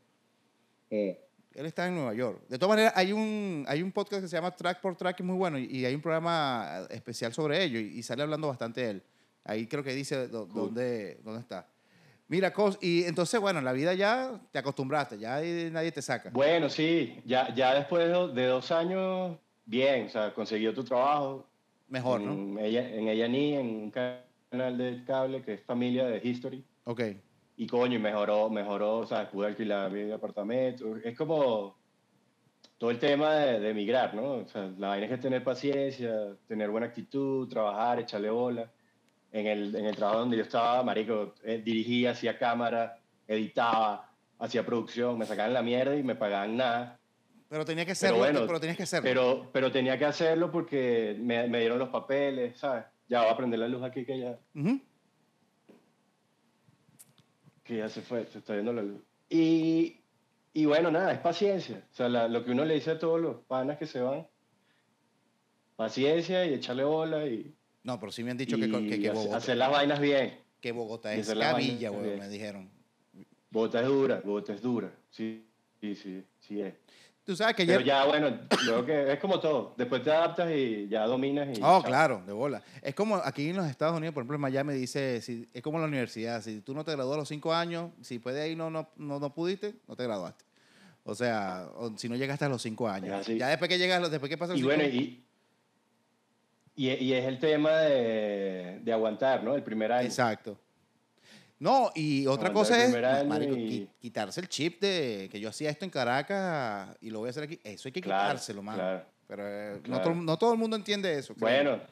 Speaker 1: creo. Él está en Nueva York. De todas maneras, hay un, hay un podcast que se llama Track por Track, que es muy bueno, y, y hay un programa eh, especial sobre ello, y, y sale hablando bastante de él. Ahí creo que dice do- dónde, dónde está. Mira, Cos, y entonces, bueno, en la vida ya te acostumbraste, ya ahí nadie te saca.
Speaker 3: Bueno, sí, ya, ya después de, do- de dos años, bien, o sea, consiguió tu trabajo.
Speaker 1: Mejor, ¿no?
Speaker 3: en, ella, en ella ni en un canal de cable que es familia de History.
Speaker 1: Ok.
Speaker 3: Y coño, y mejoró, mejoró, o sea, pude alquilar mi apartamento. Es como todo el tema de, de emigrar, ¿no? O sea, la vaina es que tener paciencia, tener buena actitud, trabajar, echarle bola. En el, en el trabajo donde yo estaba, marico, eh, dirigía, hacía cámara, editaba, hacía producción, me sacaban la mierda y me pagaban nada.
Speaker 1: Pero tenía que
Speaker 3: Pero
Speaker 1: serlo,
Speaker 3: bueno,
Speaker 1: pero tenías que serlo.
Speaker 3: Pero, pero tenía que hacerlo porque me, me dieron los papeles, ¿sabes? Ya va a prender la luz aquí que ya...
Speaker 1: Ujú.
Speaker 3: que ya se fue, se está yendo la luz. Y, y bueno, nada, es paciencia. O sea, la- lo que uno le dice a todos los panas que se van, paciencia y echarle bola y,
Speaker 1: No, pero sí me han dicho
Speaker 3: y
Speaker 1: que, que, que
Speaker 3: hace-
Speaker 1: Bogotá,
Speaker 3: hacer las vainas bien.
Speaker 1: que Bogotá
Speaker 3: y
Speaker 1: es
Speaker 3: hacer la vaina
Speaker 1: cabilla,
Speaker 3: bien.
Speaker 1: weón, me dijeron.
Speaker 3: Bogotá es dura, Bogotá es dura. Sí, sí, sí, sí es.
Speaker 1: Tú sabes que
Speaker 3: Pero
Speaker 1: ayer-
Speaker 3: ya, bueno, creo que es como todo. Después te adaptas y ya dominas. Y
Speaker 1: Oh,
Speaker 3: chao.
Speaker 1: claro, de bola. Es como aquí en los Estados Unidos, por ejemplo, en Miami dice, si, es como la universidad, si tú no te graduas a los cinco años, si puede ahí no, no, no, no pudiste, no te graduaste. O sea, o si no llegaste a los cinco
Speaker 3: Es
Speaker 1: años.
Speaker 3: así.
Speaker 1: Ya después que llegas, los- después que pasas los
Speaker 3: Y
Speaker 1: cinco
Speaker 3: bueno, y, y, y es el tema de, de aguantar, ¿no? El primer año.
Speaker 1: Exacto. No, y otra
Speaker 3: Aguantar
Speaker 1: cosa
Speaker 3: el
Speaker 1: es
Speaker 3: primer año
Speaker 1: marico,
Speaker 3: y-
Speaker 1: qui- quitarse el chip de que yo hacía esto en Caracas y lo voy a hacer aquí. Eso hay que
Speaker 3: Claro,
Speaker 1: quitárselo, mano.
Speaker 3: claro.
Speaker 1: Pero eh, no,
Speaker 3: Claro.
Speaker 1: todo, no todo el mundo entiende eso. creo.
Speaker 3: Bueno,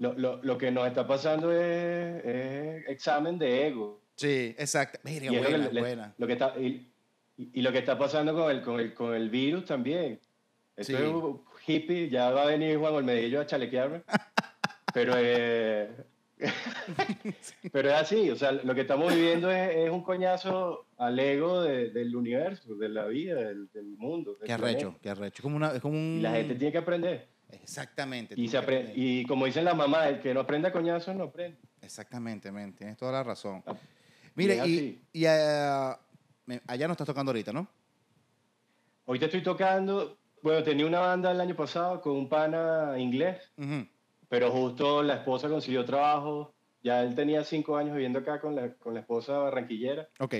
Speaker 3: lo, lo- lo que nos está pasando es, es examen de ego.
Speaker 1: Sí, exacto.
Speaker 3: Y
Speaker 1: Mira,
Speaker 3: es lo que
Speaker 1: buena,
Speaker 3: le-
Speaker 1: buena.
Speaker 3: lo que está- y, y- y lo que está pasando con el, con el, con el virus también. Esto
Speaker 1: Sí.
Speaker 3: es un hippie, ya va a venir Juan Olmedillo a chalequearme. pero, eh, pero es así, o sea, lo que estamos viviendo es, es un coñazo al ego de- del universo, de la vida, del, del mundo. del
Speaker 1: Qué arrecho,
Speaker 3: planeta.
Speaker 1: qué arrecho. Es como, una, es como un...
Speaker 3: Y la gente tiene que aprender.
Speaker 1: Exactamente.
Speaker 3: Y,
Speaker 1: tiene
Speaker 3: se
Speaker 1: que
Speaker 3: apre-
Speaker 1: aprender.
Speaker 3: y como dicen las mamás, el que no aprenda coñazos no aprende.
Speaker 1: Exactamente, men, tienes toda la razón.
Speaker 3: Ah,
Speaker 1: Mire,
Speaker 3: es
Speaker 1: y,
Speaker 3: así.
Speaker 1: y, ah, me- allá no estás tocando ahorita, ¿no?
Speaker 3: Hoy te estoy tocando, bueno, tenía una banda el año pasado con un pana inglés,
Speaker 1: Ujú.
Speaker 3: pero justo la esposa consiguió trabajo, ya él tenía cinco años viviendo acá con la, con la esposa barranquillera
Speaker 1: Ok.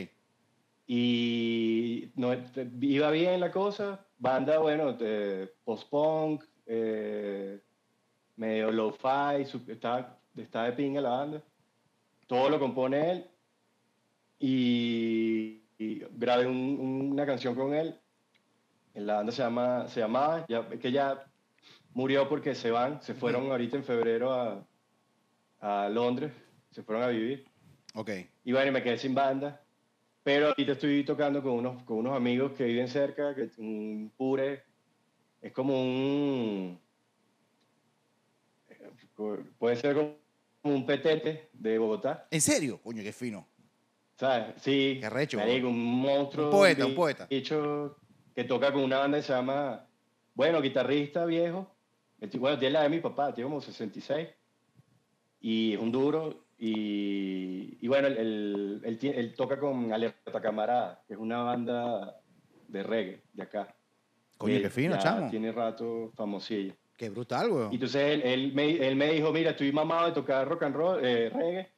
Speaker 3: y no, te- iba bien la cosa, banda, bueno, de post-punk, eh, medio lo-fi, su- está, está de pinga la banda, todo lo compone él y, y grabé un- un- una canción con él En La banda se, llama, se llamaba, ya, que ya murió porque se van, se fueron ahorita en febrero a, a Londres, se fueron a vivir.
Speaker 1: Ok.
Speaker 3: Y bueno, y me quedé sin banda. Pero ahorita estoy tocando con unos, con unos amigos que viven cerca, que es un pure. Es como un. eh, Puede ser como un petete de Bogotá,
Speaker 1: ¿En serio? Coño, qué fino.
Speaker 3: ¿sabes? Sí.
Speaker 1: Qué arrecho,
Speaker 3: marico, un monstruo.
Speaker 1: Un poeta, un
Speaker 3: bi-
Speaker 1: poeta.
Speaker 3: bicho que toca con una banda que se llama. Bueno, guitarrista viejo. El tipo- Bueno, tiene la de mi papá, tiene como 66. Y es un duro. Y, y bueno, él, él- él tie- él toca con Alerta Camarada, que es una banda de reggae de acá.
Speaker 1: Coño,
Speaker 3: Él
Speaker 1: qué fino,
Speaker 3: ya
Speaker 1: chamo.
Speaker 3: Tiene rato famosilla.
Speaker 1: Qué brutal, weón.
Speaker 3: Y entonces él, él me, él me dijo, mira, estoy mamado de tocar rock and roll, eh, reggae,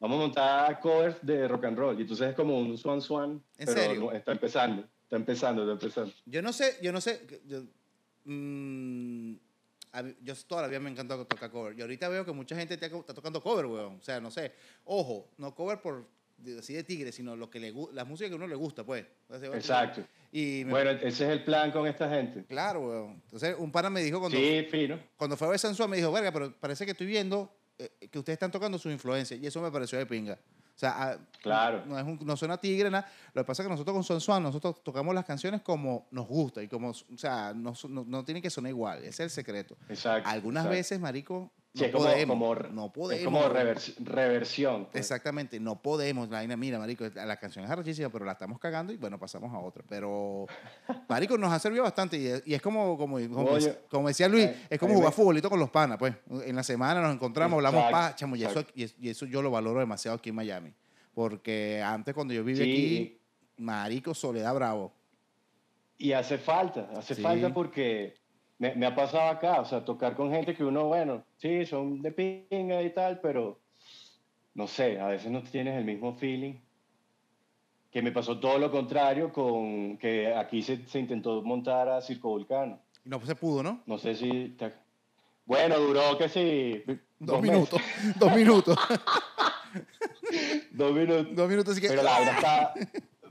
Speaker 3: vamos a montar covers de rock and roll. Y entonces es como un swan swan.
Speaker 1: ¿En
Speaker 3: pero
Speaker 1: serio?
Speaker 3: no- está empezando, está empezando, está empezando.
Speaker 1: Yo no sé, yo no sé. que- Yo, mm, a mí- yo todavía me encanta tocar cover. Y ahorita veo que mucha gente está, co- está tocando cover, weón. O sea, no sé. Ojo, no cover por de- así de tigre, sino lo que le gu- la música que a uno le gusta, pues. Entonces,
Speaker 3: Exacto.
Speaker 1: Y me-
Speaker 3: Bueno, ese es el plan con esta gente.
Speaker 1: claro, weón. Entonces, un pana me dijo cuando,
Speaker 3: Sí, fino.
Speaker 1: cuando fue a ver Sansua, me dijo, verga, pero parece que estoy viendo eh, que ustedes están tocando su influencia. Y eso me pareció de pinga. O sea, ah,
Speaker 3: Claro.
Speaker 1: no, es un- no suena tigre, nada. Lo que pasa es que nosotros con Son Suan, nosotros tocamos las canciones como nos gusta y como, o sea, no, su- no, no tiene que sonar igual. Ese es el secreto.
Speaker 3: Exacto.
Speaker 1: Algunas
Speaker 3: exacto.
Speaker 1: veces, marico,
Speaker 3: Sí, es como, como re-
Speaker 1: no
Speaker 3: es
Speaker 1: podemos.
Speaker 3: como revers- reversión. pues.
Speaker 1: Exactamente, no podemos. La vaina, mira, marico, la canción es arrechísima, pero la estamos cagando y bueno, pasamos a otra. Pero, marico, nos ha servido bastante y es, y es como, como, como,
Speaker 3: Coño.
Speaker 1: como decía Luis,
Speaker 3: Ay,
Speaker 1: es como
Speaker 3: ay,
Speaker 1: jugar
Speaker 3: me-
Speaker 1: futbolito con los panas, pues. En la semana nos encontramos, hablamos
Speaker 3: Exacto,
Speaker 1: pa, chamo, y eso,
Speaker 3: exacto.
Speaker 1: y es- y eso yo lo valoro demasiado aquí en Miami. Porque antes cuando yo vivía
Speaker 3: Sí.
Speaker 1: aquí, marico, soledad bravo.
Speaker 3: Y hace falta, hace
Speaker 1: Sí.
Speaker 3: falta porque me, me ha pasado acá, o sea, tocar con gente que uno, bueno, sí, son de pinga y tal, pero no sé, a veces no tienes el mismo feeling. Que me pasó todo lo contrario con que aquí se, se intentó montar a Circo Vulcano.
Speaker 1: Y no se pudo, ¿no?
Speaker 3: No sé si... te- Bueno, duró que sí.
Speaker 1: Dos,
Speaker 3: meses,
Speaker 1: minutos, dos minutos,
Speaker 3: dos minutos.
Speaker 1: dos minutos, así que...
Speaker 3: Pero la vaina estaba,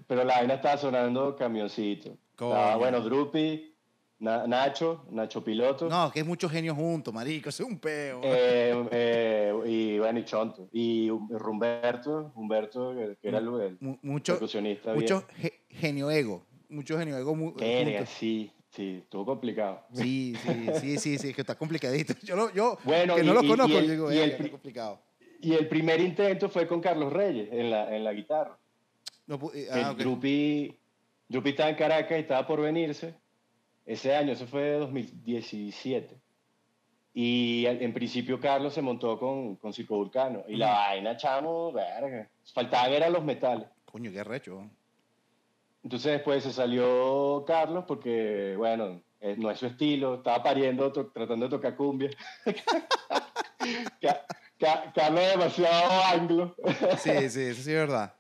Speaker 3: pero la vaina estaba sonando camioncito.
Speaker 1: Coño.
Speaker 3: Estaba, bueno, Drupi, Na- Nacho, Nacho Piloto.
Speaker 1: No, que es mucho genio junto, marico, eso es un peo.
Speaker 3: eh, eh, y bueno, y Chonto. Y Humberto, Humberto, que que era el, el
Speaker 1: Mu- mucho,
Speaker 3: percusionista. bien.
Speaker 1: mucho ge- genio ego. Mucho genio ego. mu-
Speaker 3: Verga,
Speaker 1: juntos.
Speaker 3: sí, sí, estuvo complicado.
Speaker 1: Sí, sí, sí, sí, sí, es que está complicadito. Yo, lo- yo
Speaker 3: Bueno,
Speaker 1: que
Speaker 3: y-
Speaker 1: no lo
Speaker 3: y-
Speaker 1: conozco,
Speaker 3: y el-
Speaker 1: yo digo, eh,
Speaker 3: y el
Speaker 1: "Verga,
Speaker 3: pri-
Speaker 1: está complicado.
Speaker 3: Y el primer intento fue con Carlos Reyes en la, en la guitarra.
Speaker 1: No pu- eh,
Speaker 3: el
Speaker 1: ah, ok.
Speaker 3: Drupi, Drupi estaba en Caracas y estaba por venirse ese año, eso fue 2017. Y al- en principio Carlos se montó con, con Circo Vulcano. Y la
Speaker 1: Ujú.
Speaker 3: vaina, chamo, verga. Faltaban eran los metales.
Speaker 1: Coño, qué recho.
Speaker 3: Entonces después se salió Carlos porque, bueno, eh, no es su estilo. Estaba pariendo, to- tratando de tocar cumbia. Ca- Ca- Carlos es demasiado anglo.
Speaker 1: Sí, sí, eso sí es verdad.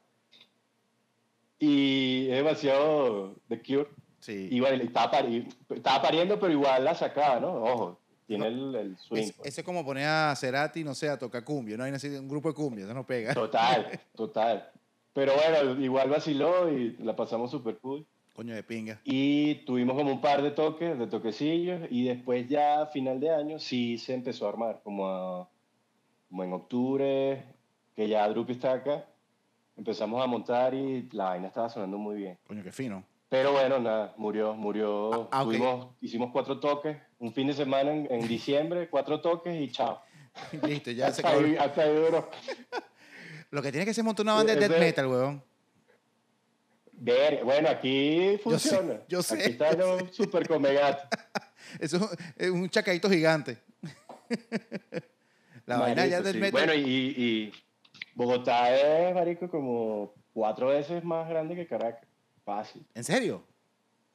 Speaker 3: Y es demasiado The Cure. Y
Speaker 1: Sí.
Speaker 3: bueno, y estaba, pari- estaba pariendo, pero igual la sacaba, ¿no? Ojo, tiene el, el swing.
Speaker 1: Es-
Speaker 3: pues.
Speaker 1: eso es como poner a Cerati, no sé, a tocar cumbia, ¿no? Hay así, un grupo de cumbia, eso no pega.
Speaker 3: Total, total. Pero bueno, igual vaciló y la pasamos súper cool.
Speaker 1: Coño de pinga.
Speaker 3: Y tuvimos como un par de toques, de toquecillos, y después ya a final de año sí se empezó a armar, como, a- como en octubre, que ya Drupi está acá. Empezamos a montar y la vaina estaba sonando muy bien.
Speaker 1: Coño, qué fino.
Speaker 3: Pero bueno, nada, murió, murió.
Speaker 1: Ah, ah, ok.
Speaker 3: Tuvimos- hicimos cuatro toques, un fin de semana en, en diciembre, cuatro toques y chao.
Speaker 1: Listo, ya se
Speaker 3: hasta,
Speaker 1: acabó.
Speaker 3: ahí, hasta ahí duró.
Speaker 1: Lo que tiene que ser montar una banda de death
Speaker 3: Ese-
Speaker 1: metal, weón.
Speaker 3: Ver, bueno, aquí funciona.
Speaker 1: yo sé,
Speaker 3: Aquí está
Speaker 1: yo
Speaker 3: lo super comegato.
Speaker 1: Eso es un chacadito gigante. La vaina ya
Speaker 3: Marico,
Speaker 1: del
Speaker 3: sí.
Speaker 1: metal.
Speaker 3: Bueno, y, y Bogotá es, marico, como cuatro veces más grande que Caracas. Fácil,
Speaker 1: ¿En serio?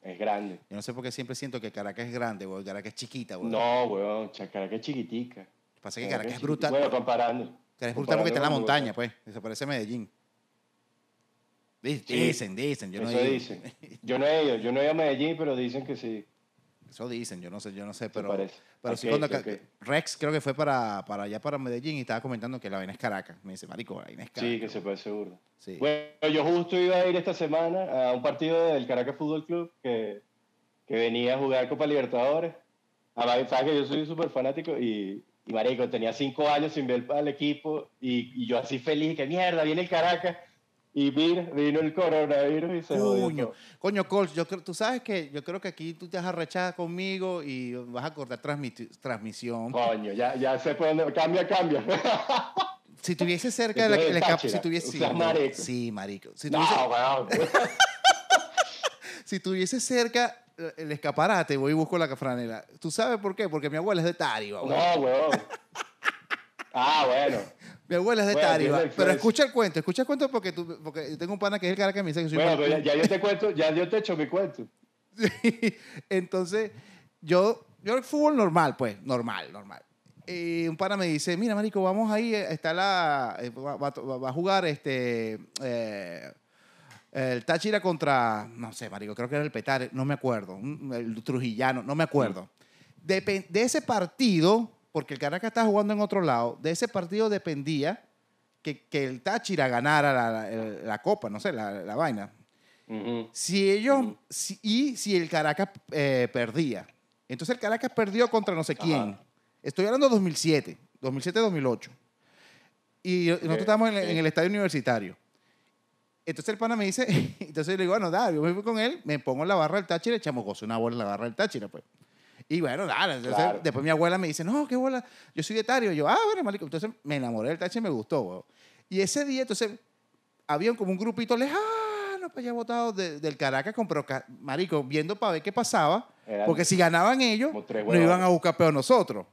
Speaker 3: es grande.
Speaker 1: Yo no sé por qué siempre siento que Caracas es grande, weón. Caracas es chiquita, weón.
Speaker 3: No, weón, cha- Caracas es chiquitica.
Speaker 1: Pasa que Caracas Ah, es brutal.
Speaker 3: chiquitica. Bueno, comparando.
Speaker 1: Caracas es brutal porque está en la
Speaker 3: comparando con
Speaker 1: montaña, pues. Desaparece Medellín. Di-
Speaker 3: Sí.
Speaker 1: Dicen, dicen. pues, Yo no
Speaker 3: Eso
Speaker 1: digo.
Speaker 3: dicen. Yo no he ido, yo no he ido a Medellín, pero dicen que sí.
Speaker 1: Eso dicen, yo no sé, yo no sé, pero.
Speaker 3: parece. Ah,
Speaker 1: Pero sí
Speaker 3: Ok,
Speaker 1: cuando
Speaker 3: ok,
Speaker 1: ca-
Speaker 3: ok.
Speaker 1: Rex creo que fue para, para allá para Medellín y estaba comentando que la vaina es Caracas. Me dice, marico, la vaina es Caracas.
Speaker 3: Sí, que se puede seguro.
Speaker 1: Sí.
Speaker 3: Bueno, yo justo iba a ir esta semana a un partido del Caracas Fútbol Club que, que venía a jugar Copa Libertadores. Además, sabes que yo soy súper fanático y, y, marico, tenía cinco años sin ver al equipo y, y yo así feliz, que mierda, viene el Caracas. Y mira, vino el coronavirus y se jodió
Speaker 1: Coño,
Speaker 3: todo.
Speaker 1: coño, Colts, yo creo, tú sabes que yo creo que aquí tú te has arrechado conmigo y vas a cortar transmiti- transmisión.
Speaker 3: Coño, ya, ya sé por dónde. Cambia, cambia.
Speaker 1: Si tuviese cerca de la
Speaker 3: Entonces,
Speaker 1: el escape,
Speaker 3: Táchira,
Speaker 1: si tuviese.
Speaker 3: o sea,
Speaker 1: sí,
Speaker 3: marico.
Speaker 1: sí, marico. Si
Speaker 3: no,
Speaker 1: tuviese,
Speaker 3: weón.
Speaker 1: si tuviese cerca eh, el escaparate, voy y busco la franela. ¿Tú sabes por qué? Porque mi abuela es de Tariba, güey.
Speaker 3: No, weón. Ah, bueno.
Speaker 1: Mi abuela es de
Speaker 3: Bueno,
Speaker 1: Tariba.
Speaker 3: tiene el
Speaker 1: Pero
Speaker 3: flex.
Speaker 1: escucha el cuento, escucha el cuento porque, tú, porque yo tengo un pana que es el cara que me dice que soy
Speaker 3: Bueno,
Speaker 1: mal-
Speaker 3: pero ya, ya yo te cuento, ya yo te echo mi cuento.
Speaker 1: Entonces, yo, yo el fútbol normal, pues, normal, normal. Y un pana me dice, mira, marico, vamos ahí, eh, está la, eh, va, va- va a jugar este, eh, el Táchira contra, no sé, marico, creo que era el Petare, no me acuerdo, un- el Trujillano, no me acuerdo. Depen- de ese partido, porque el Caracas estaba jugando en otro lado, de ese partido dependía que, que el Táchira ganara la, la- el- la copa, no sé, la- la vaina.
Speaker 3: Ujú.
Speaker 1: Si ellos,
Speaker 3: Ujú.
Speaker 1: si- y si el Caracas eh, perdía. Entonces el Caracas perdió contra no sé quién.
Speaker 3: Ajá.
Speaker 1: Estoy hablando de 2007, 2007-2008. Y yo- nosotros
Speaker 3: Ok,
Speaker 1: estábamos en, el-
Speaker 3: ok.
Speaker 1: en el estadio universitario. Entonces el pana me dice, entonces yo le digo, bueno, da, yo me fui con él, me pongo en la barra del Táchira, echamos gozo, una bola en la barra del Táchira, pues. Y bueno, dale. Entonces,
Speaker 3: Claro.
Speaker 1: Después mi abuela me dice, no, qué bola, yo soy de Tario. Y yo, ah, bueno, marico. Entonces me enamoré del Táchira y me gustó, weón. Y ese día, entonces, había como un grupito lejano para allá botado de- del Caracas, con, pero, ca- marico, viendo para ver qué pasaba.
Speaker 3: Eran
Speaker 1: porque si ganaban ellos,
Speaker 3: como tres
Speaker 1: no iban
Speaker 3: huevones.
Speaker 1: a buscar peor nosotros.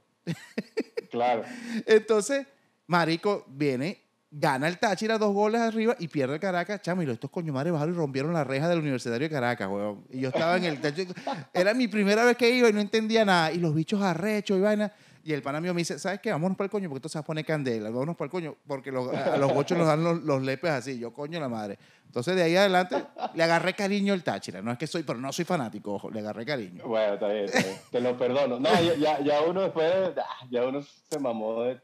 Speaker 3: Claro.
Speaker 1: Entonces, Marico viene, gana el Táchira dos goles arriba y pierde el Caracas. Chamo, y los- estos coño madre bajaron y rompieron la reja del Universitario de Caracas, weón. Y yo estaba en el Táchira. Era mi primera vez que iba y no entendía nada. Y los bichos arrechos y vaina. Y el pana mío me dice, ¿sabes qué? Vámonos para el coño porque tú se vas a poner candela. Vámonos para el coño porque los- a los gochos nos dan los, los lepes así. Yo, coño, la madre. Entonces, de ahí adelante, le agarré cariño al Táchira. No es que soy, pero no soy fanático, ojo. Le agarré cariño.
Speaker 3: Bueno, está bien, está bien. Te lo perdono. No, ya- ya, ya uno después, ah, ya uno se mamó de...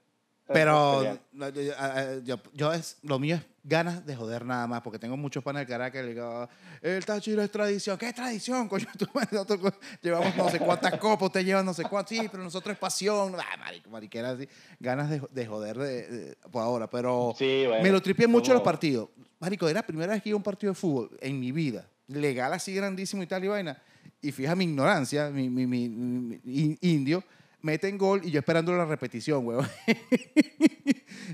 Speaker 1: Pero no, yo, yo- a- a- yo- yo es, lo mío es ganas de joder nada más, porque tengo muchos panas de Caracas que le digo, el Táchira es tradición. ¿Qué tradición, coño? Tú me- nosotros co- llevamos no sé cuántas copas, usted lleva no sé cuántas. Sí, pero nosotros es pasión. Ah, marico, mariquera, así. Ganas de, jo- de joder de- de- por ahora, pero
Speaker 3: Sí, bueno,
Speaker 1: me lo tripié mucho
Speaker 3: como-
Speaker 1: los partidos. Marico, era la primera vez que iba a un partido de fútbol en mi vida. Legal así grandísimo y tal y vaina. Y fija mi ignorancia, mi, mi- mi- mi- mi indio, meten gol y yo esperando la repetición, huevón.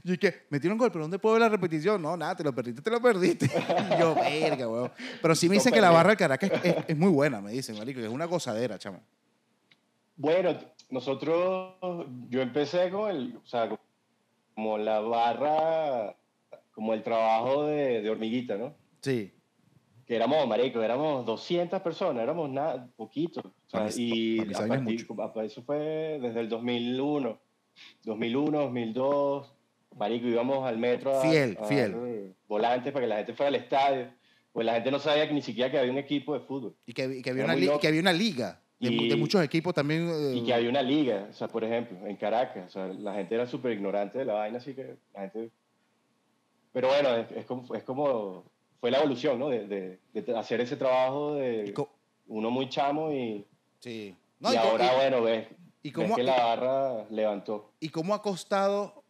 Speaker 1: Yo que metieron gol, pero ¿dónde puedo ver la repetición? No, nada, te lo perdiste, te lo perdiste. Y yo, verga, weón. Pero sí me
Speaker 3: Lo
Speaker 1: dicen que la
Speaker 3: perdí.
Speaker 1: barra del Caracas es, es- es muy buena, me dicen, marico, que es una gozadera, chamo.
Speaker 3: Bueno, nosotros, yo empecé con el, o sea, como la barra, como el trabajo de, de hormiguita, ¿no?
Speaker 1: Sí.
Speaker 3: Que éramos, marico, éramos 200 personas, éramos nada, poquito. O sea,
Speaker 1: Para mis-
Speaker 3: y
Speaker 1: para mis
Speaker 3: a
Speaker 1: años
Speaker 3: partir- a- eso fue desde el 2001, 2001, 2002, marico, íbamos al metro a,
Speaker 1: Fiel,
Speaker 3: a
Speaker 1: fiel.
Speaker 3: dar volantes para que la gente fuera al estadio. Pues la gente no sabía que ni siquiera que había un equipo de fútbol.
Speaker 1: Y que, y que había, una
Speaker 3: Era muy
Speaker 1: li- y
Speaker 3: loco.
Speaker 1: que había una liga de, mu- de
Speaker 3: Y-
Speaker 1: muchos equipos también. eh,
Speaker 3: Y que había una liga, o sea, por ejemplo, en Caracas, o sea, la gente era súper ignorante de la vaina, así que la gente... Pero bueno, es, es como, es como- fue la evolución, ¿no? De, de- de hacer ese trabajo
Speaker 1: y
Speaker 3: de
Speaker 1: co-
Speaker 3: uno muy chamo y,
Speaker 1: sí. No,
Speaker 3: y
Speaker 1: y co-
Speaker 3: ahora,
Speaker 1: y-
Speaker 3: bueno, ves,
Speaker 1: y
Speaker 3: ves
Speaker 1: cómo-
Speaker 3: que la barra levantó.
Speaker 1: y cómo ha costado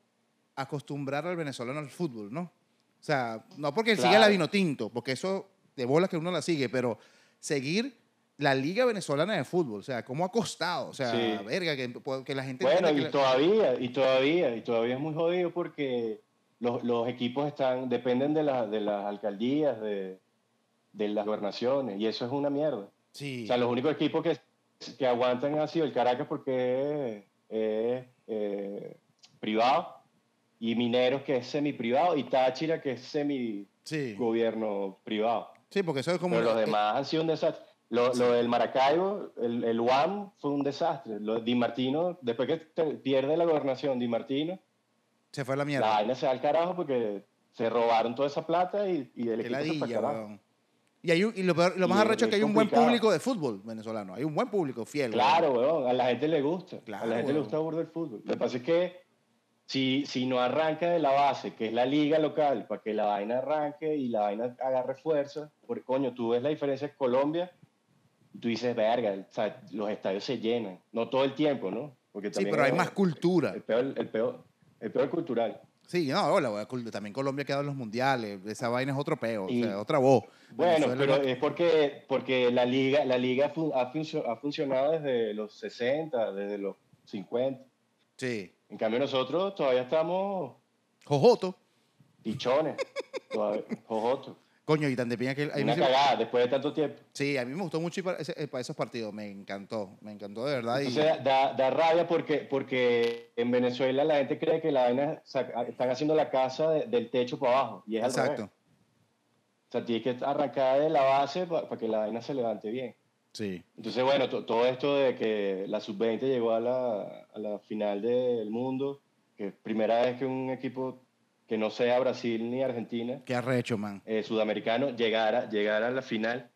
Speaker 1: acostumbrar al venezolano al fútbol, ¿no? O sea, no porque él siga la
Speaker 3: Claro.
Speaker 1: vino tinto, porque eso de bolas que uno la sigue, pero seguir la Liga Venezolana de Fútbol, o sea, cómo ha costado, o sea,
Speaker 3: Sí.
Speaker 1: verga, que, que la gente...
Speaker 3: Bueno,
Speaker 1: entienda que
Speaker 3: y
Speaker 1: la-
Speaker 3: todavía, y todavía, y todavía es muy jodido porque los, los equipos están, dependen de, la- de las alcaldías, de, de las gobernaciones, y eso es una mierda.
Speaker 1: Sí,
Speaker 3: O sea, los únicos equipos que, que aguantan ha sido el Caracas porque es, es, eh, privado y Mineros que es semi-privado y Táchira que es semi-gobierno
Speaker 1: sí,
Speaker 3: privado.
Speaker 1: sí, porque eso es como...
Speaker 3: Pero los
Speaker 1: eh,
Speaker 3: demás han sido un desastre. Lo, lo del Maracaibo, el, el UAM fue un desastre. Lo de Di Martino, después que te- pierde la gobernación Di Martino,
Speaker 1: se fue a la
Speaker 3: la
Speaker 1: mierda.
Speaker 3: vaina se da al carajo porque se robaron toda esa plata y, y el
Speaker 1: Qué
Speaker 3: equipo se fue al
Speaker 1: ladilla,
Speaker 3: carajo.
Speaker 1: weón. Y, hay un- y lo, peor- lo más
Speaker 3: Y
Speaker 1: arrecho es
Speaker 3: es
Speaker 1: que hay un buen
Speaker 3: complicado.
Speaker 1: público de fútbol venezolano, hay un buen público fiel. weón.
Speaker 3: Claro, weón, a la gente le gusta.
Speaker 1: Claro,
Speaker 3: a la gente
Speaker 1: weón.
Speaker 3: le gusta burda el fútbol. Lo que pasa es que si, si no arranca de la base, que es la liga local, para que la vaina arranque y la vaina agarre fuerza, porque coño, tú ves la diferencia en Colombia, y tú dices, verga, o sea, los estadios se llenan. No todo el tiempo, ¿no? Porque
Speaker 1: Sí,
Speaker 3: también
Speaker 1: pero hay
Speaker 3: es
Speaker 1: más cultura.
Speaker 3: El peor, el peor, el peor cultural.
Speaker 1: Sí, no, hola, güey, cul- también Colombia ha quedado en los mundiales, esa vaina es otro peo,
Speaker 3: Y-
Speaker 1: o sea, otra voz.
Speaker 3: Bueno,
Speaker 1: Venezuela
Speaker 3: pero eh,
Speaker 1: no-
Speaker 3: es porque, porque la liga, la liga fu- ha, funcio- ha funcionado desde los 60, desde los 50.
Speaker 1: Sí,
Speaker 3: En cambio nosotros todavía estamos
Speaker 1: Jojoto,
Speaker 3: Pichones. todavía, Jojoto.
Speaker 1: coño, y tan de piña que... a mí
Speaker 3: Una
Speaker 1: sí-
Speaker 3: cagada después de tanto tiempo.
Speaker 1: sí, a mí me gustó mucho ir para, ese- eh, para esos partidos, me encantó, me encantó de verdad. y-
Speaker 3: Entonces da- da, da rabia porque, porque en Venezuela la gente cree que la vaina saca- están haciendo la casa de- del techo para abajo. Y es al
Speaker 1: exacto,
Speaker 3: revés. O sea, tienes que arrancar de la base para que la vaina se levante bien.
Speaker 1: sí.
Speaker 3: Entonces, bueno, to- todo esto de que la sub-20 llegó a la, a la final del mundo, que es primera vez que un equipo que no sea Brasil ni Argentina
Speaker 1: Qué arrecho, man.
Speaker 3: eh, sudamericano llegara, llegara a la final.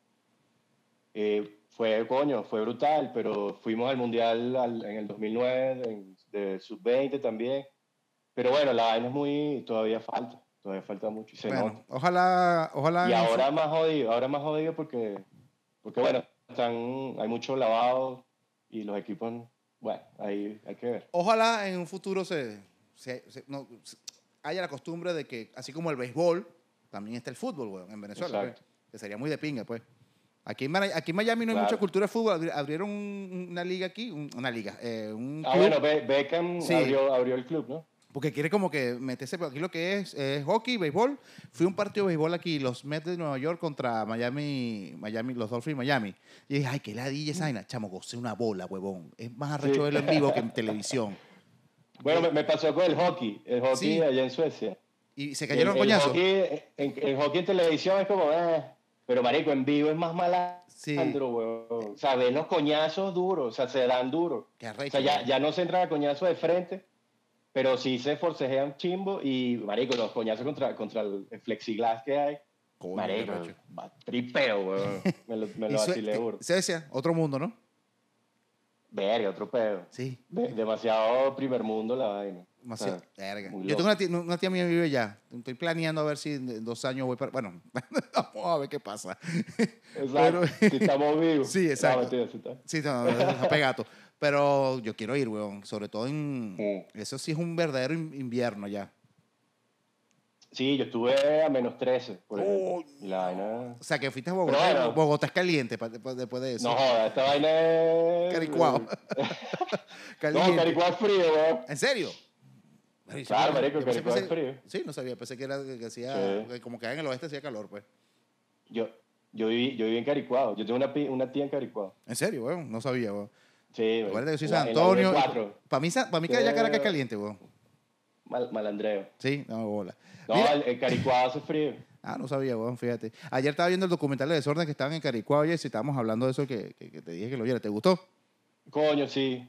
Speaker 3: Eh, fue, coño, fue brutal, pero fuimos al Mundial al- en el 2009, en- de sub-20 también. Pero bueno, la vaina es muy, todavía falta, todavía falta mucho y se
Speaker 1: Bueno, ah,
Speaker 3: nota.
Speaker 1: ojalá, ojalá...
Speaker 3: Y ahora más jodido, ahora más jodido porque, porque bueno, están, hay mucho lavado y los equipos, bueno, ahí hay que ver.
Speaker 1: Ojalá en un futuro se, se- se- no, se- haya la costumbre de que, así como el béisbol, también está el fútbol, weón, en Venezuela.
Speaker 3: Exacto.
Speaker 1: pues, que sería muy de pinga, pues. Aquí en, Mara- aquí en Miami no hay
Speaker 3: Claro.
Speaker 1: mucha cultura de fútbol. Abri- Abrieron un- una liga aquí, un- una liga, eh, un
Speaker 3: Ah,
Speaker 1: club,
Speaker 3: bueno, Be- Beckham
Speaker 1: Sí.
Speaker 3: abrió, abrió el club, ¿no?
Speaker 1: porque quiere como que meterse. pero Aquí lo que es es hockey, béisbol. Fui a un partido de béisbol aquí, los Mets de Nueva York contra Miami, Miami los Dolphins de Miami. Y dije, ay, qué ladilla esa vaina. Chamo, gocé una bola, huevón. Es más arrecho
Speaker 3: Sí.
Speaker 1: verlo en vivo que en televisión.
Speaker 3: Bueno, me, me pasó con el hockey, el hockey
Speaker 1: Sí.
Speaker 3: allá en Suecia.
Speaker 1: Y se cayeron
Speaker 3: el, el
Speaker 1: coñazos.
Speaker 3: hockey, en, el hockey en televisión es como, eh, pero marico, en vivo es más malandro,
Speaker 1: Sí.
Speaker 3: weón. O sea, ves los coñazos duros, o sea, se dan duros.
Speaker 1: Qué
Speaker 3: O
Speaker 1: arrecho.
Speaker 3: sea, ya,
Speaker 1: huevón.
Speaker 3: ya no se entran a coñazos de frente, pero sí se forcejean chimbo y, marico, los coñazos contra, contra el el flexiglass que hay.
Speaker 1: Coño,
Speaker 3: Marico,
Speaker 1: qué arrecho.
Speaker 3: va- tripeo, weón. Me lo, me
Speaker 1: Y
Speaker 3: lo
Speaker 1: Sue-
Speaker 3: vacilé
Speaker 1: que-
Speaker 3: burda.
Speaker 1: Suecia, otro mundo, ¿no?
Speaker 3: Verga, otro pedo.
Speaker 1: Sí.
Speaker 3: De- demasiado primer mundo la vaina.
Speaker 1: Demasiado.
Speaker 3: Ah,
Speaker 1: Verga.
Speaker 3: muy
Speaker 1: Yo tengo
Speaker 3: loco.
Speaker 1: una tía, una tía mía que vive allá. Estoy planeando a ver si en dos años voy para. Bueno, vamos a ver qué pasa.
Speaker 3: Exacto.
Speaker 1: Pero-
Speaker 3: Si estamos vivos.
Speaker 1: Sí, exacto.
Speaker 3: No, mentira, si está-
Speaker 1: Sí, no, no, es un pegato. Pero yo quiero ir, weón. Sobre todo en.
Speaker 3: Mm.
Speaker 1: Eso sí es un verdadero in- invierno ya.
Speaker 3: Sí, yo estuve a menos 13. Por ejemplo.
Speaker 1: Coño.
Speaker 3: Y la vaina.
Speaker 1: O sea, que fuiste a Bogotá.
Speaker 3: Pero bueno.
Speaker 1: Bogotá es caliente pa- pa- después de eso.
Speaker 3: No joda, esta vaina es.
Speaker 1: Caricuao. caliente.
Speaker 3: No, Caricuao es frío, weón.
Speaker 1: ¿En serio? Marico,
Speaker 3: Claro,
Speaker 1: yo-
Speaker 3: marico,
Speaker 1: yo pensé-
Speaker 3: Caricuao es
Speaker 1: pensé-
Speaker 3: frío.
Speaker 1: Sí, no sabía. Pensé que era que hacía.
Speaker 3: Sí.
Speaker 1: que Como que en el oeste hacía calor, pues.
Speaker 3: Yo, yo, viví, yo viví en Caricuao. Yo tengo una, pi- una tía en Caricuao.
Speaker 1: En serio, weón. No sabía, weón.
Speaker 3: Sí, weón.
Speaker 1: Acuérdate que soy
Speaker 3: En la-
Speaker 1: San
Speaker 3: en la
Speaker 1: Antonio.
Speaker 3: V4,
Speaker 1: Para mí, para mí que allá Caracas es
Speaker 3: Eh.
Speaker 1: caliente, weón.
Speaker 3: mal- malandreo.
Speaker 1: Sí, no, bola.
Speaker 3: No,
Speaker 1: Mira-
Speaker 3: el, el Caricuao hace frío.
Speaker 1: Ah, no sabía, weón, fíjate. Ayer estaba viendo el documental de desorden que estaban en Caricuao, oye, si estábamos hablando de eso que, que- que te dije que lo viera. ¿Te gustó?
Speaker 3: Coño, sí.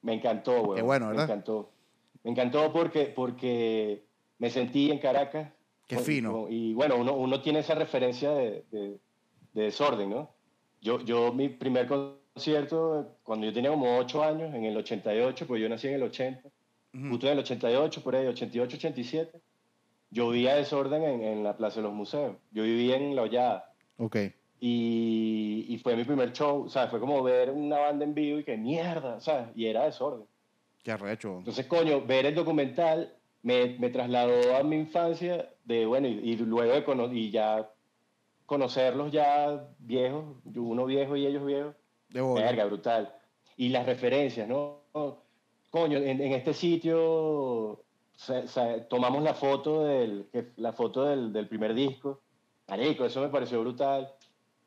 Speaker 3: Me encantó, güey.
Speaker 1: Qué bueno, ¿verdad?
Speaker 3: Me encantó. Me encantó porque, porque me sentí en Caracas.
Speaker 1: Qué
Speaker 3: Con-
Speaker 1: fino.
Speaker 3: con- Y, bueno, uno, uno tiene esa referencia de, de- de desorden, ¿no? Yo, yo, mi primer concierto, cuando yo tenía como 8 años, en el 88, pues yo nací en el 80,
Speaker 1: Ujú.
Speaker 3: justo en el 88, por ahí, 88, 87, yo vivía desorden en, en la Plaza de los Museos. Yo vivía en La Hollada.
Speaker 1: Ok.
Speaker 3: Y, y fue mi primer show, o sea, fue como ver una banda en vivo y que mierda, ¿sabes? Y era desorden.
Speaker 1: Qué arrecho, weón.
Speaker 3: Entonces, coño, ver el documental me, me trasladó a mi infancia de, bueno, y, y luego de cono- y ya conocerlos ya viejos, yo uno viejo y ellos viejos,
Speaker 1: De bola.
Speaker 3: verga, brutal. Y las referencias, ¿no? Coño, en, en este sitio se- se- tomamos la foto del, que- la foto del, del primer disco. Marico, eso me pareció brutal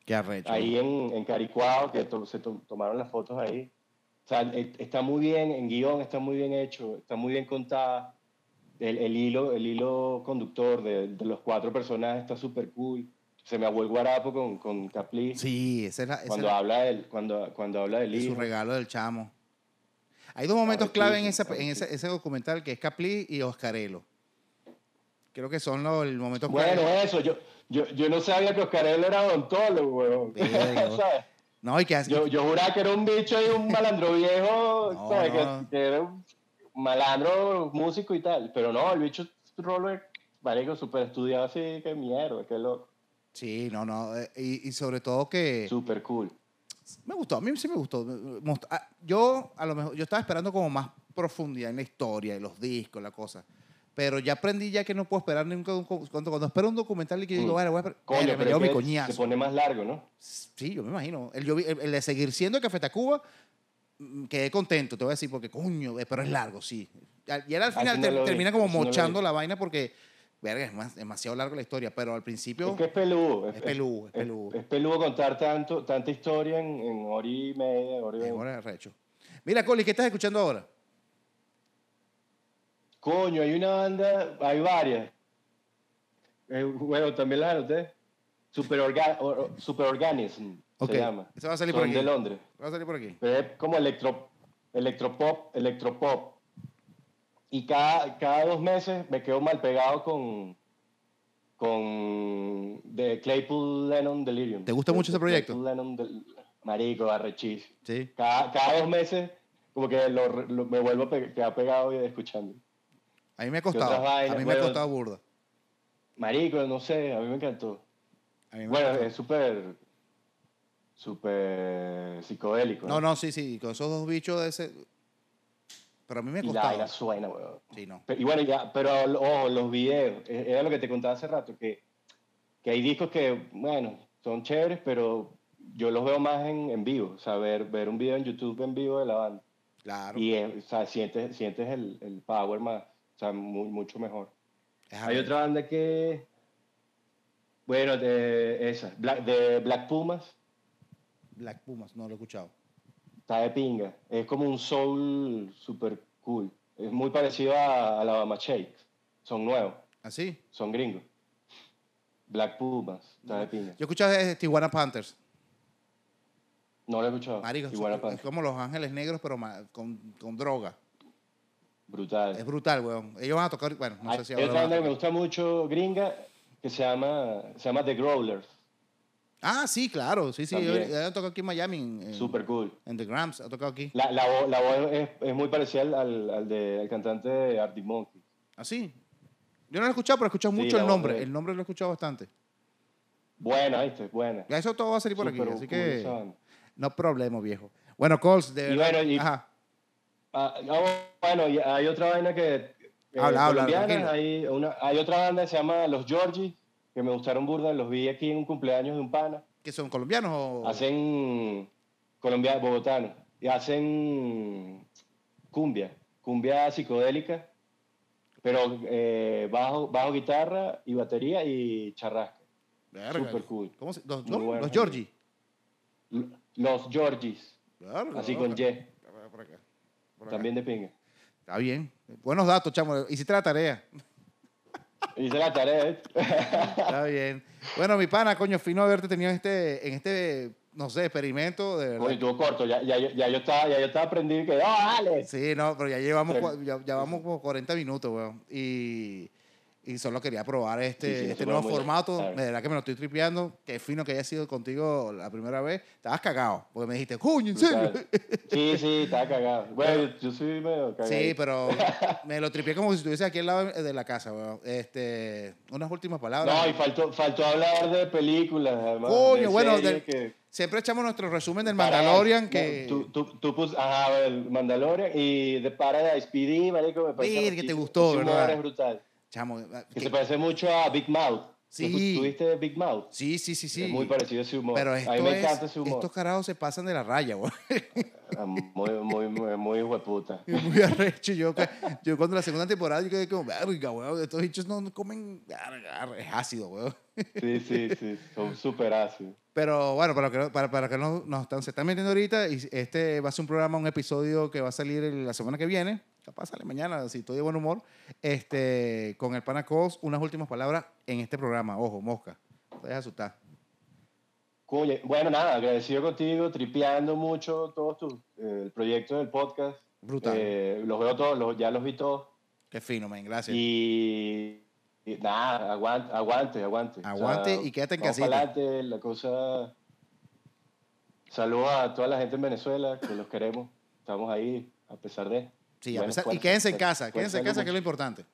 Speaker 1: Qué arrecho. weón.
Speaker 3: ahí en, en Caricuao, que to- se to- tomaron las fotos ahí. O sea, e- está muy bien, en guión está muy bien hecho, está muy bien contada. El, el hilo, el hilo conductor de, de los cuatro personajes está súper cool. Se me abuel el guarapo con, con Capli
Speaker 1: Sí, ese es, la- ese es
Speaker 3: cuando,
Speaker 1: la-
Speaker 3: habla del, cuando, cuando habla del
Speaker 1: es su
Speaker 3: hijo.
Speaker 1: regalo del chamo. Hay dos momentos clave en, esa,
Speaker 3: Arrechísimo,
Speaker 1: en ese, ese documental que es Capli y Oscarello. Creo que son los el momento
Speaker 3: Bueno, eh.
Speaker 1: clave.
Speaker 3: eso, yo, yo, yo no sabía que Oscarello era odontólogo, weón.
Speaker 1: Verga,
Speaker 3: ¿Sabes?
Speaker 1: No, y que hace-
Speaker 3: Yo, yo juraba que era un bicho y un malandro viejo,
Speaker 1: No,
Speaker 3: ¿sabes?
Speaker 1: no.
Speaker 3: Que, que era un malandro músico y tal. Pero no, el bicho Robert, marico, súper estudiado así, que mierda, que loco.
Speaker 1: Sí, no, no. eh, Y, y sobre todo que.
Speaker 3: Súper cool.
Speaker 1: Me gustó, a mí sí me gustó. Most- ah, Yo a lo mejor yo estaba esperando como más profundidad en la historia, en los discos, la cosa. Pero ya aprendí ya que no puedo esperar nunca un co- cuando, cuando espero un documental y que yo digo,
Speaker 3: Mm.
Speaker 1: vale, voy a esperar-
Speaker 3: Coño,
Speaker 1: Verga, me
Speaker 3: pero
Speaker 1: llevo
Speaker 3: es
Speaker 1: mi
Speaker 3: que
Speaker 1: coñazo.
Speaker 3: se pone más largo, ¿no?
Speaker 1: Sí, yo me imagino. El, yo vi- el- el de seguir siendo Café Tacuba, mm, quedé contento, te voy a decir, porque coño, eh, pero es largo, sí. Al- Y era al
Speaker 3: Ah,
Speaker 1: final
Speaker 3: sí, no
Speaker 1: ter-
Speaker 3: lo vi,
Speaker 1: termina como
Speaker 3: sí, no lo
Speaker 1: mochando
Speaker 3: vi.
Speaker 1: la vaina porque, verga, es más- demasiado largo la historia, pero al principio...
Speaker 3: Es que es peludo.
Speaker 1: Es peludo, es peludo.
Speaker 3: Es, peludo contar tanto, tanta historia en, en hora y media, hora y
Speaker 1: es
Speaker 3: veinte.
Speaker 1: hora de arrecho. Mira, Coli, ¿qué estás escuchando ahora?
Speaker 3: Coño, hay una banda, hay varias. Eh, bueno, también la anoté. Super, Organism
Speaker 1: Ok,
Speaker 3: se llama.
Speaker 1: esa va a salir
Speaker 3: Son
Speaker 1: por aquí.
Speaker 3: de Londres.
Speaker 1: Va a salir por aquí.
Speaker 3: pero es como electro, electropop, electropop. Y cada, cada dos meses me quedo mal pegado con, con de Claypool Lennon Delirium.
Speaker 1: ¿Te gusta mucho ese proyecto?
Speaker 3: Claypool Lennon Del- Marico, arrechis.
Speaker 1: Sí.
Speaker 3: Cada, cada dos meses como que lo, re- lo- me vuelvo a pe- quedar pegado y escuchando.
Speaker 1: A mí me ha
Speaker 3: otras
Speaker 1: costado.
Speaker 3: vainas?
Speaker 1: a mí me ha
Speaker 3: Bueno,
Speaker 1: costado burda.
Speaker 3: Marico, no sé, a mí me encantó.
Speaker 1: A mí me ha
Speaker 3: Bueno,
Speaker 1: costado.
Speaker 3: es súper, súper psicodélico.
Speaker 1: No, no, sí, sí. Con esos dos bichos de ese. Pero a mí me ha
Speaker 3: Y la vaina
Speaker 1: costado.
Speaker 3: suena, weón.
Speaker 1: Sí, no.
Speaker 3: Pe- Y bueno, ya, pero ojo, los videos, eh, era lo que te contaba hace rato, que, que hay discos que, bueno, son chéveres, pero yo los veo más en, en vivo, o sea, ver, ver un video en YouTube en vivo de la banda.
Speaker 1: Claro.
Speaker 3: Y es- o sea, sientes, sientes el, el power más, o sea, mu- mucho mejor.
Speaker 1: Es
Speaker 3: Hay otra banda que, bueno, de esa, Black- de Black Pumas,
Speaker 1: Black Pumas, no lo he escuchado.
Speaker 3: está de pinga. Es como un soul super cool. Es muy parecido a Alabama Shake. Son nuevos,
Speaker 1: ¿Así?
Speaker 3: son gringos. Black Pumas, está de pinga.
Speaker 1: Yo escuché Tijuana Panthers.
Speaker 3: No lo he escuchado.
Speaker 1: Marico,
Speaker 3: Igual
Speaker 1: es como Los Ángeles Negros, pero ma- con, con droga.
Speaker 3: Brutal.
Speaker 1: Es brutal, weón. Ellos van a tocar, bueno, no
Speaker 3: Hay
Speaker 1: sé si
Speaker 3: hay
Speaker 1: ahora
Speaker 3: otra
Speaker 1: van a
Speaker 3: banda que me
Speaker 1: tocar.
Speaker 3: gusta mucho, gringa, que se llama, se llama The Growlers.
Speaker 1: Ah, sí, claro. Sí, sí. Ellos,
Speaker 3: También.
Speaker 1: ellos han tocado aquí en Miami. En, en-
Speaker 3: Super cool.
Speaker 1: en The Grams, ha tocado aquí.
Speaker 3: La, la, vo- la voz es, es muy parecida al, al, al de, al cantante de Arctic Monkey.
Speaker 1: ¿Así? ¿Ah, Yo no lo he escuchado, pero he escuchado
Speaker 3: Sí,
Speaker 1: mucho
Speaker 3: la
Speaker 1: el
Speaker 3: voz
Speaker 1: nombre.
Speaker 3: de-
Speaker 1: El nombre lo he escuchado bastante.
Speaker 3: Buena, ¿viste? Buena.
Speaker 1: Ya eso todo va a salir por aquí,
Speaker 3: Súper
Speaker 1: así
Speaker 3: cool
Speaker 1: que
Speaker 3: esa banda.
Speaker 1: no problema, viejo. Bueno, Coles, de
Speaker 3: Y
Speaker 1: verdad-
Speaker 3: bueno, y-
Speaker 1: ajá.
Speaker 3: Ah, ah, bueno, y hay otra vaina que. eh,
Speaker 1: Habla, habla,
Speaker 3: colombiana,
Speaker 1: tranquilo.
Speaker 3: hay, una, hay otra banda que se llama Los Georgie, que me gustaron burda, los vi aquí en un cumpleaños de un pana.
Speaker 1: ¿Que son colombianos
Speaker 3: Ah,
Speaker 1: o...?
Speaker 3: Hacen. Colombia, bogotano. Y hacen. Cumbia. Cumbia psicodélica. Pero eh, bajo, bajo guitarra y batería y charrasca.
Speaker 1: Verga.
Speaker 3: super cool.
Speaker 1: ¿Cómo se- ¿Los,
Speaker 3: Muy
Speaker 1: cómo?
Speaker 3: buena
Speaker 1: los
Speaker 3: gente.
Speaker 1: Georgie?
Speaker 3: L- Los Georgies.
Speaker 1: Verga,
Speaker 3: Así con
Speaker 1: loca.
Speaker 3: Y.
Speaker 1: Por acá, por acá.
Speaker 3: También de pinga.
Speaker 1: Está bien. Buenos datos, chamo. Hiciste la tarea.
Speaker 3: Hice la tarea. ¿eh?
Speaker 1: Está bien. Bueno, mi pana, coño, fino haberte tenido en este, en este, no sé, experimento, de
Speaker 3: Bueno,
Speaker 1: verdad.
Speaker 3: estuvo corto. Ya, ya, yo- ya yo estaba, ya yo estaba aprendido y que. ¡Ah, dale!
Speaker 1: Sí, no, pero ya llevamos,
Speaker 3: Pero-
Speaker 1: cua- ya, ya vamos como 40 minutos, weón. Y, y solo quería probar este,
Speaker 3: Sí, sí, no
Speaker 1: este
Speaker 3: se
Speaker 1: nuevo
Speaker 3: puede muy
Speaker 1: formato.
Speaker 3: lejos, claro.
Speaker 1: De verdad que me lo estoy tripeando. Qué fino que haya sido contigo la primera vez. Estabas cagado, porque me dijiste, coño, en serio.
Speaker 3: Brutal. Sí, sí, estaba cagado. Bueno, yo, yo soy medio cagado.
Speaker 1: Sí, pero me lo tripié como si estuviese aquí al lado de la casa, weón. Este, unas últimas palabras.
Speaker 3: No, y faltó, faltó hablar de películas, además.
Speaker 1: Coño,
Speaker 3: de
Speaker 1: bueno,
Speaker 3: series
Speaker 1: del-
Speaker 3: que-
Speaker 1: Siempre echamos nuestro resumen del
Speaker 3: Para-
Speaker 1: Mandalorian que...
Speaker 3: Tú, tú, tú pus- ajá, el Mandalorian y The Paradise PD, marico, me parece...
Speaker 1: Verga, te
Speaker 3: arrechísimo.
Speaker 1: gustó,
Speaker 3: Ese humor
Speaker 1: ¿verdad?
Speaker 3: es brutal.
Speaker 1: Chamo,
Speaker 3: Que
Speaker 1: que-
Speaker 3: se parece mucho a Big Mouth.
Speaker 1: Sí.
Speaker 3: ¿Tú viste Big Mouth?
Speaker 1: sí, sí, sí, sí.
Speaker 3: Es muy parecido a ese humor.
Speaker 1: Pero
Speaker 3: a mí
Speaker 1: esto
Speaker 3: me
Speaker 1: es,
Speaker 3: encanta ese humor.
Speaker 1: estos carajos se pasan de la raya, weón.
Speaker 3: Ah, Muy, muy, muy, muy hueputa.
Speaker 1: Y muy arrecho. Yo, ca- yo cuando la segunda temporada yo quedé como, verga, weón, estos bichos no no comen, verga, es ácido, weón.
Speaker 3: Sí, sí, sí. Son súper ácidos.
Speaker 1: Pero bueno, para que, para, para que no, nos están, se están metiendo ahorita, y este va a ser un programa, un episodio que va a salir el- la semana que viene, capaz sale mañana, si estoy de buen humor, este, con el pana Cos, unas últimas palabras en este programa. Ojo, mosca, no te dejes asustar.
Speaker 3: Coño, bueno, nada, agradecido contigo, tripeando mucho todos tus eh, el proyecto del podcast.
Speaker 1: Brutal.
Speaker 3: Eh, los veo todos, los- ya los vi todos.
Speaker 1: Qué fino, man, gracias.
Speaker 3: Y, y nada, aguante, aguante, aguante.
Speaker 1: Aguante y quédate en
Speaker 3: vamos
Speaker 1: casita.
Speaker 3: para adelante, la cosa. Saludos a toda la gente en Venezuela, que los queremos. Estamos ahí, a pesar de.
Speaker 1: Sí, a
Speaker 3: Bueno,
Speaker 1: pesar- y
Speaker 3: fuerza,
Speaker 1: quédense en
Speaker 3: fuerza,
Speaker 1: casa, quédense en
Speaker 3: fuerza,
Speaker 1: casa, que es lo importante.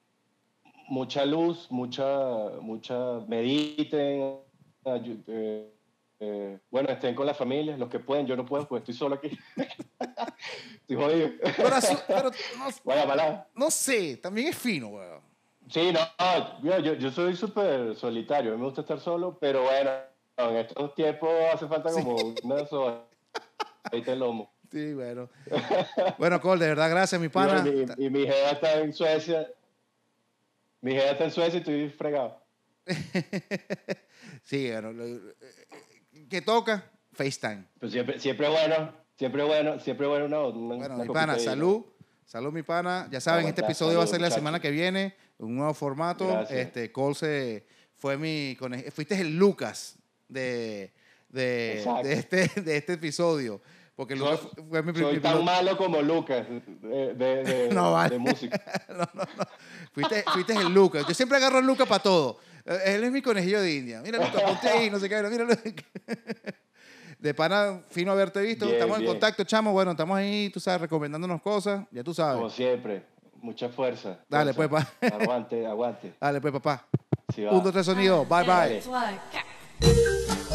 Speaker 3: Mucha luz, mucha, mucha. Mediten. ayu- eh, eh, bueno, estén con las familias, los que pueden. Yo no puedo, pues estoy solo aquí. estoy jodido.
Speaker 1: Pero, asu- pero no,
Speaker 3: Vaya palabra.
Speaker 1: no sé, también es fino, weón.
Speaker 3: Sí, no, yo, yo, yo soy súper solitario, a mí me gusta estar solo, pero bueno, en estos tiempos hace falta como una sola. Ahí te lomo.
Speaker 1: Sí, bueno. bueno, Cole, de verdad, gracias, mi
Speaker 3: Y
Speaker 1: pana.
Speaker 3: bueno, Y, y mi jefa está en Suecia. Mi jefa está en Suecia y estoy fregado.
Speaker 1: Sí, bueno. lo- eh, ¿Qué toca? FaceTime.
Speaker 3: Pero Pues siempre, siempre bueno, siempre bueno, siempre bueno una, una-
Speaker 1: Bueno,
Speaker 3: una
Speaker 1: mi pana,
Speaker 3: copita ahí, ¿no?
Speaker 1: salud. Salud, mi pana. Ya saben, este
Speaker 3: Aguanta,
Speaker 1: episodio va a
Speaker 3: salud,
Speaker 1: salir la
Speaker 3: muchacho.
Speaker 1: semana que viene. Un nuevo formato.
Speaker 3: Gracias.
Speaker 1: Este, Cole se- fue mi. cone- Fuiste el Lucas de, de,
Speaker 3: Exacto.
Speaker 1: de este, de este episodio. Porque Lucas
Speaker 3: Soy-
Speaker 1: fue- fue mi
Speaker 3: Soy
Speaker 1: primer.
Speaker 3: tan malo como Lucas eh, de, de-
Speaker 1: No, vale.
Speaker 3: de música.
Speaker 1: Fuiste, fuiste el Lucas. Yo siempre agarro a Lucas para todo. Eh, Él es mi conejillo de India. Mira, Lucas, ponte ahí, no sé qué. Mira, Lucas. De pana, fino haberte visto.
Speaker 3: Bien,
Speaker 1: estamos en
Speaker 3: bien.
Speaker 1: contacto, chamo. Bueno, estamos ahí, tú sabes, recomendándonos cosas. Ya tú sabes.
Speaker 3: Como siempre, mucha fuerza.
Speaker 1: Dale,
Speaker 3: fuerza.
Speaker 1: pues,
Speaker 3: Aguante, aguante.
Speaker 1: Dale, pues, papá.
Speaker 3: Sí, va.
Speaker 1: Un, dos, tres, sonido. Bye, bye.
Speaker 3: Dale.
Speaker 2: It's like,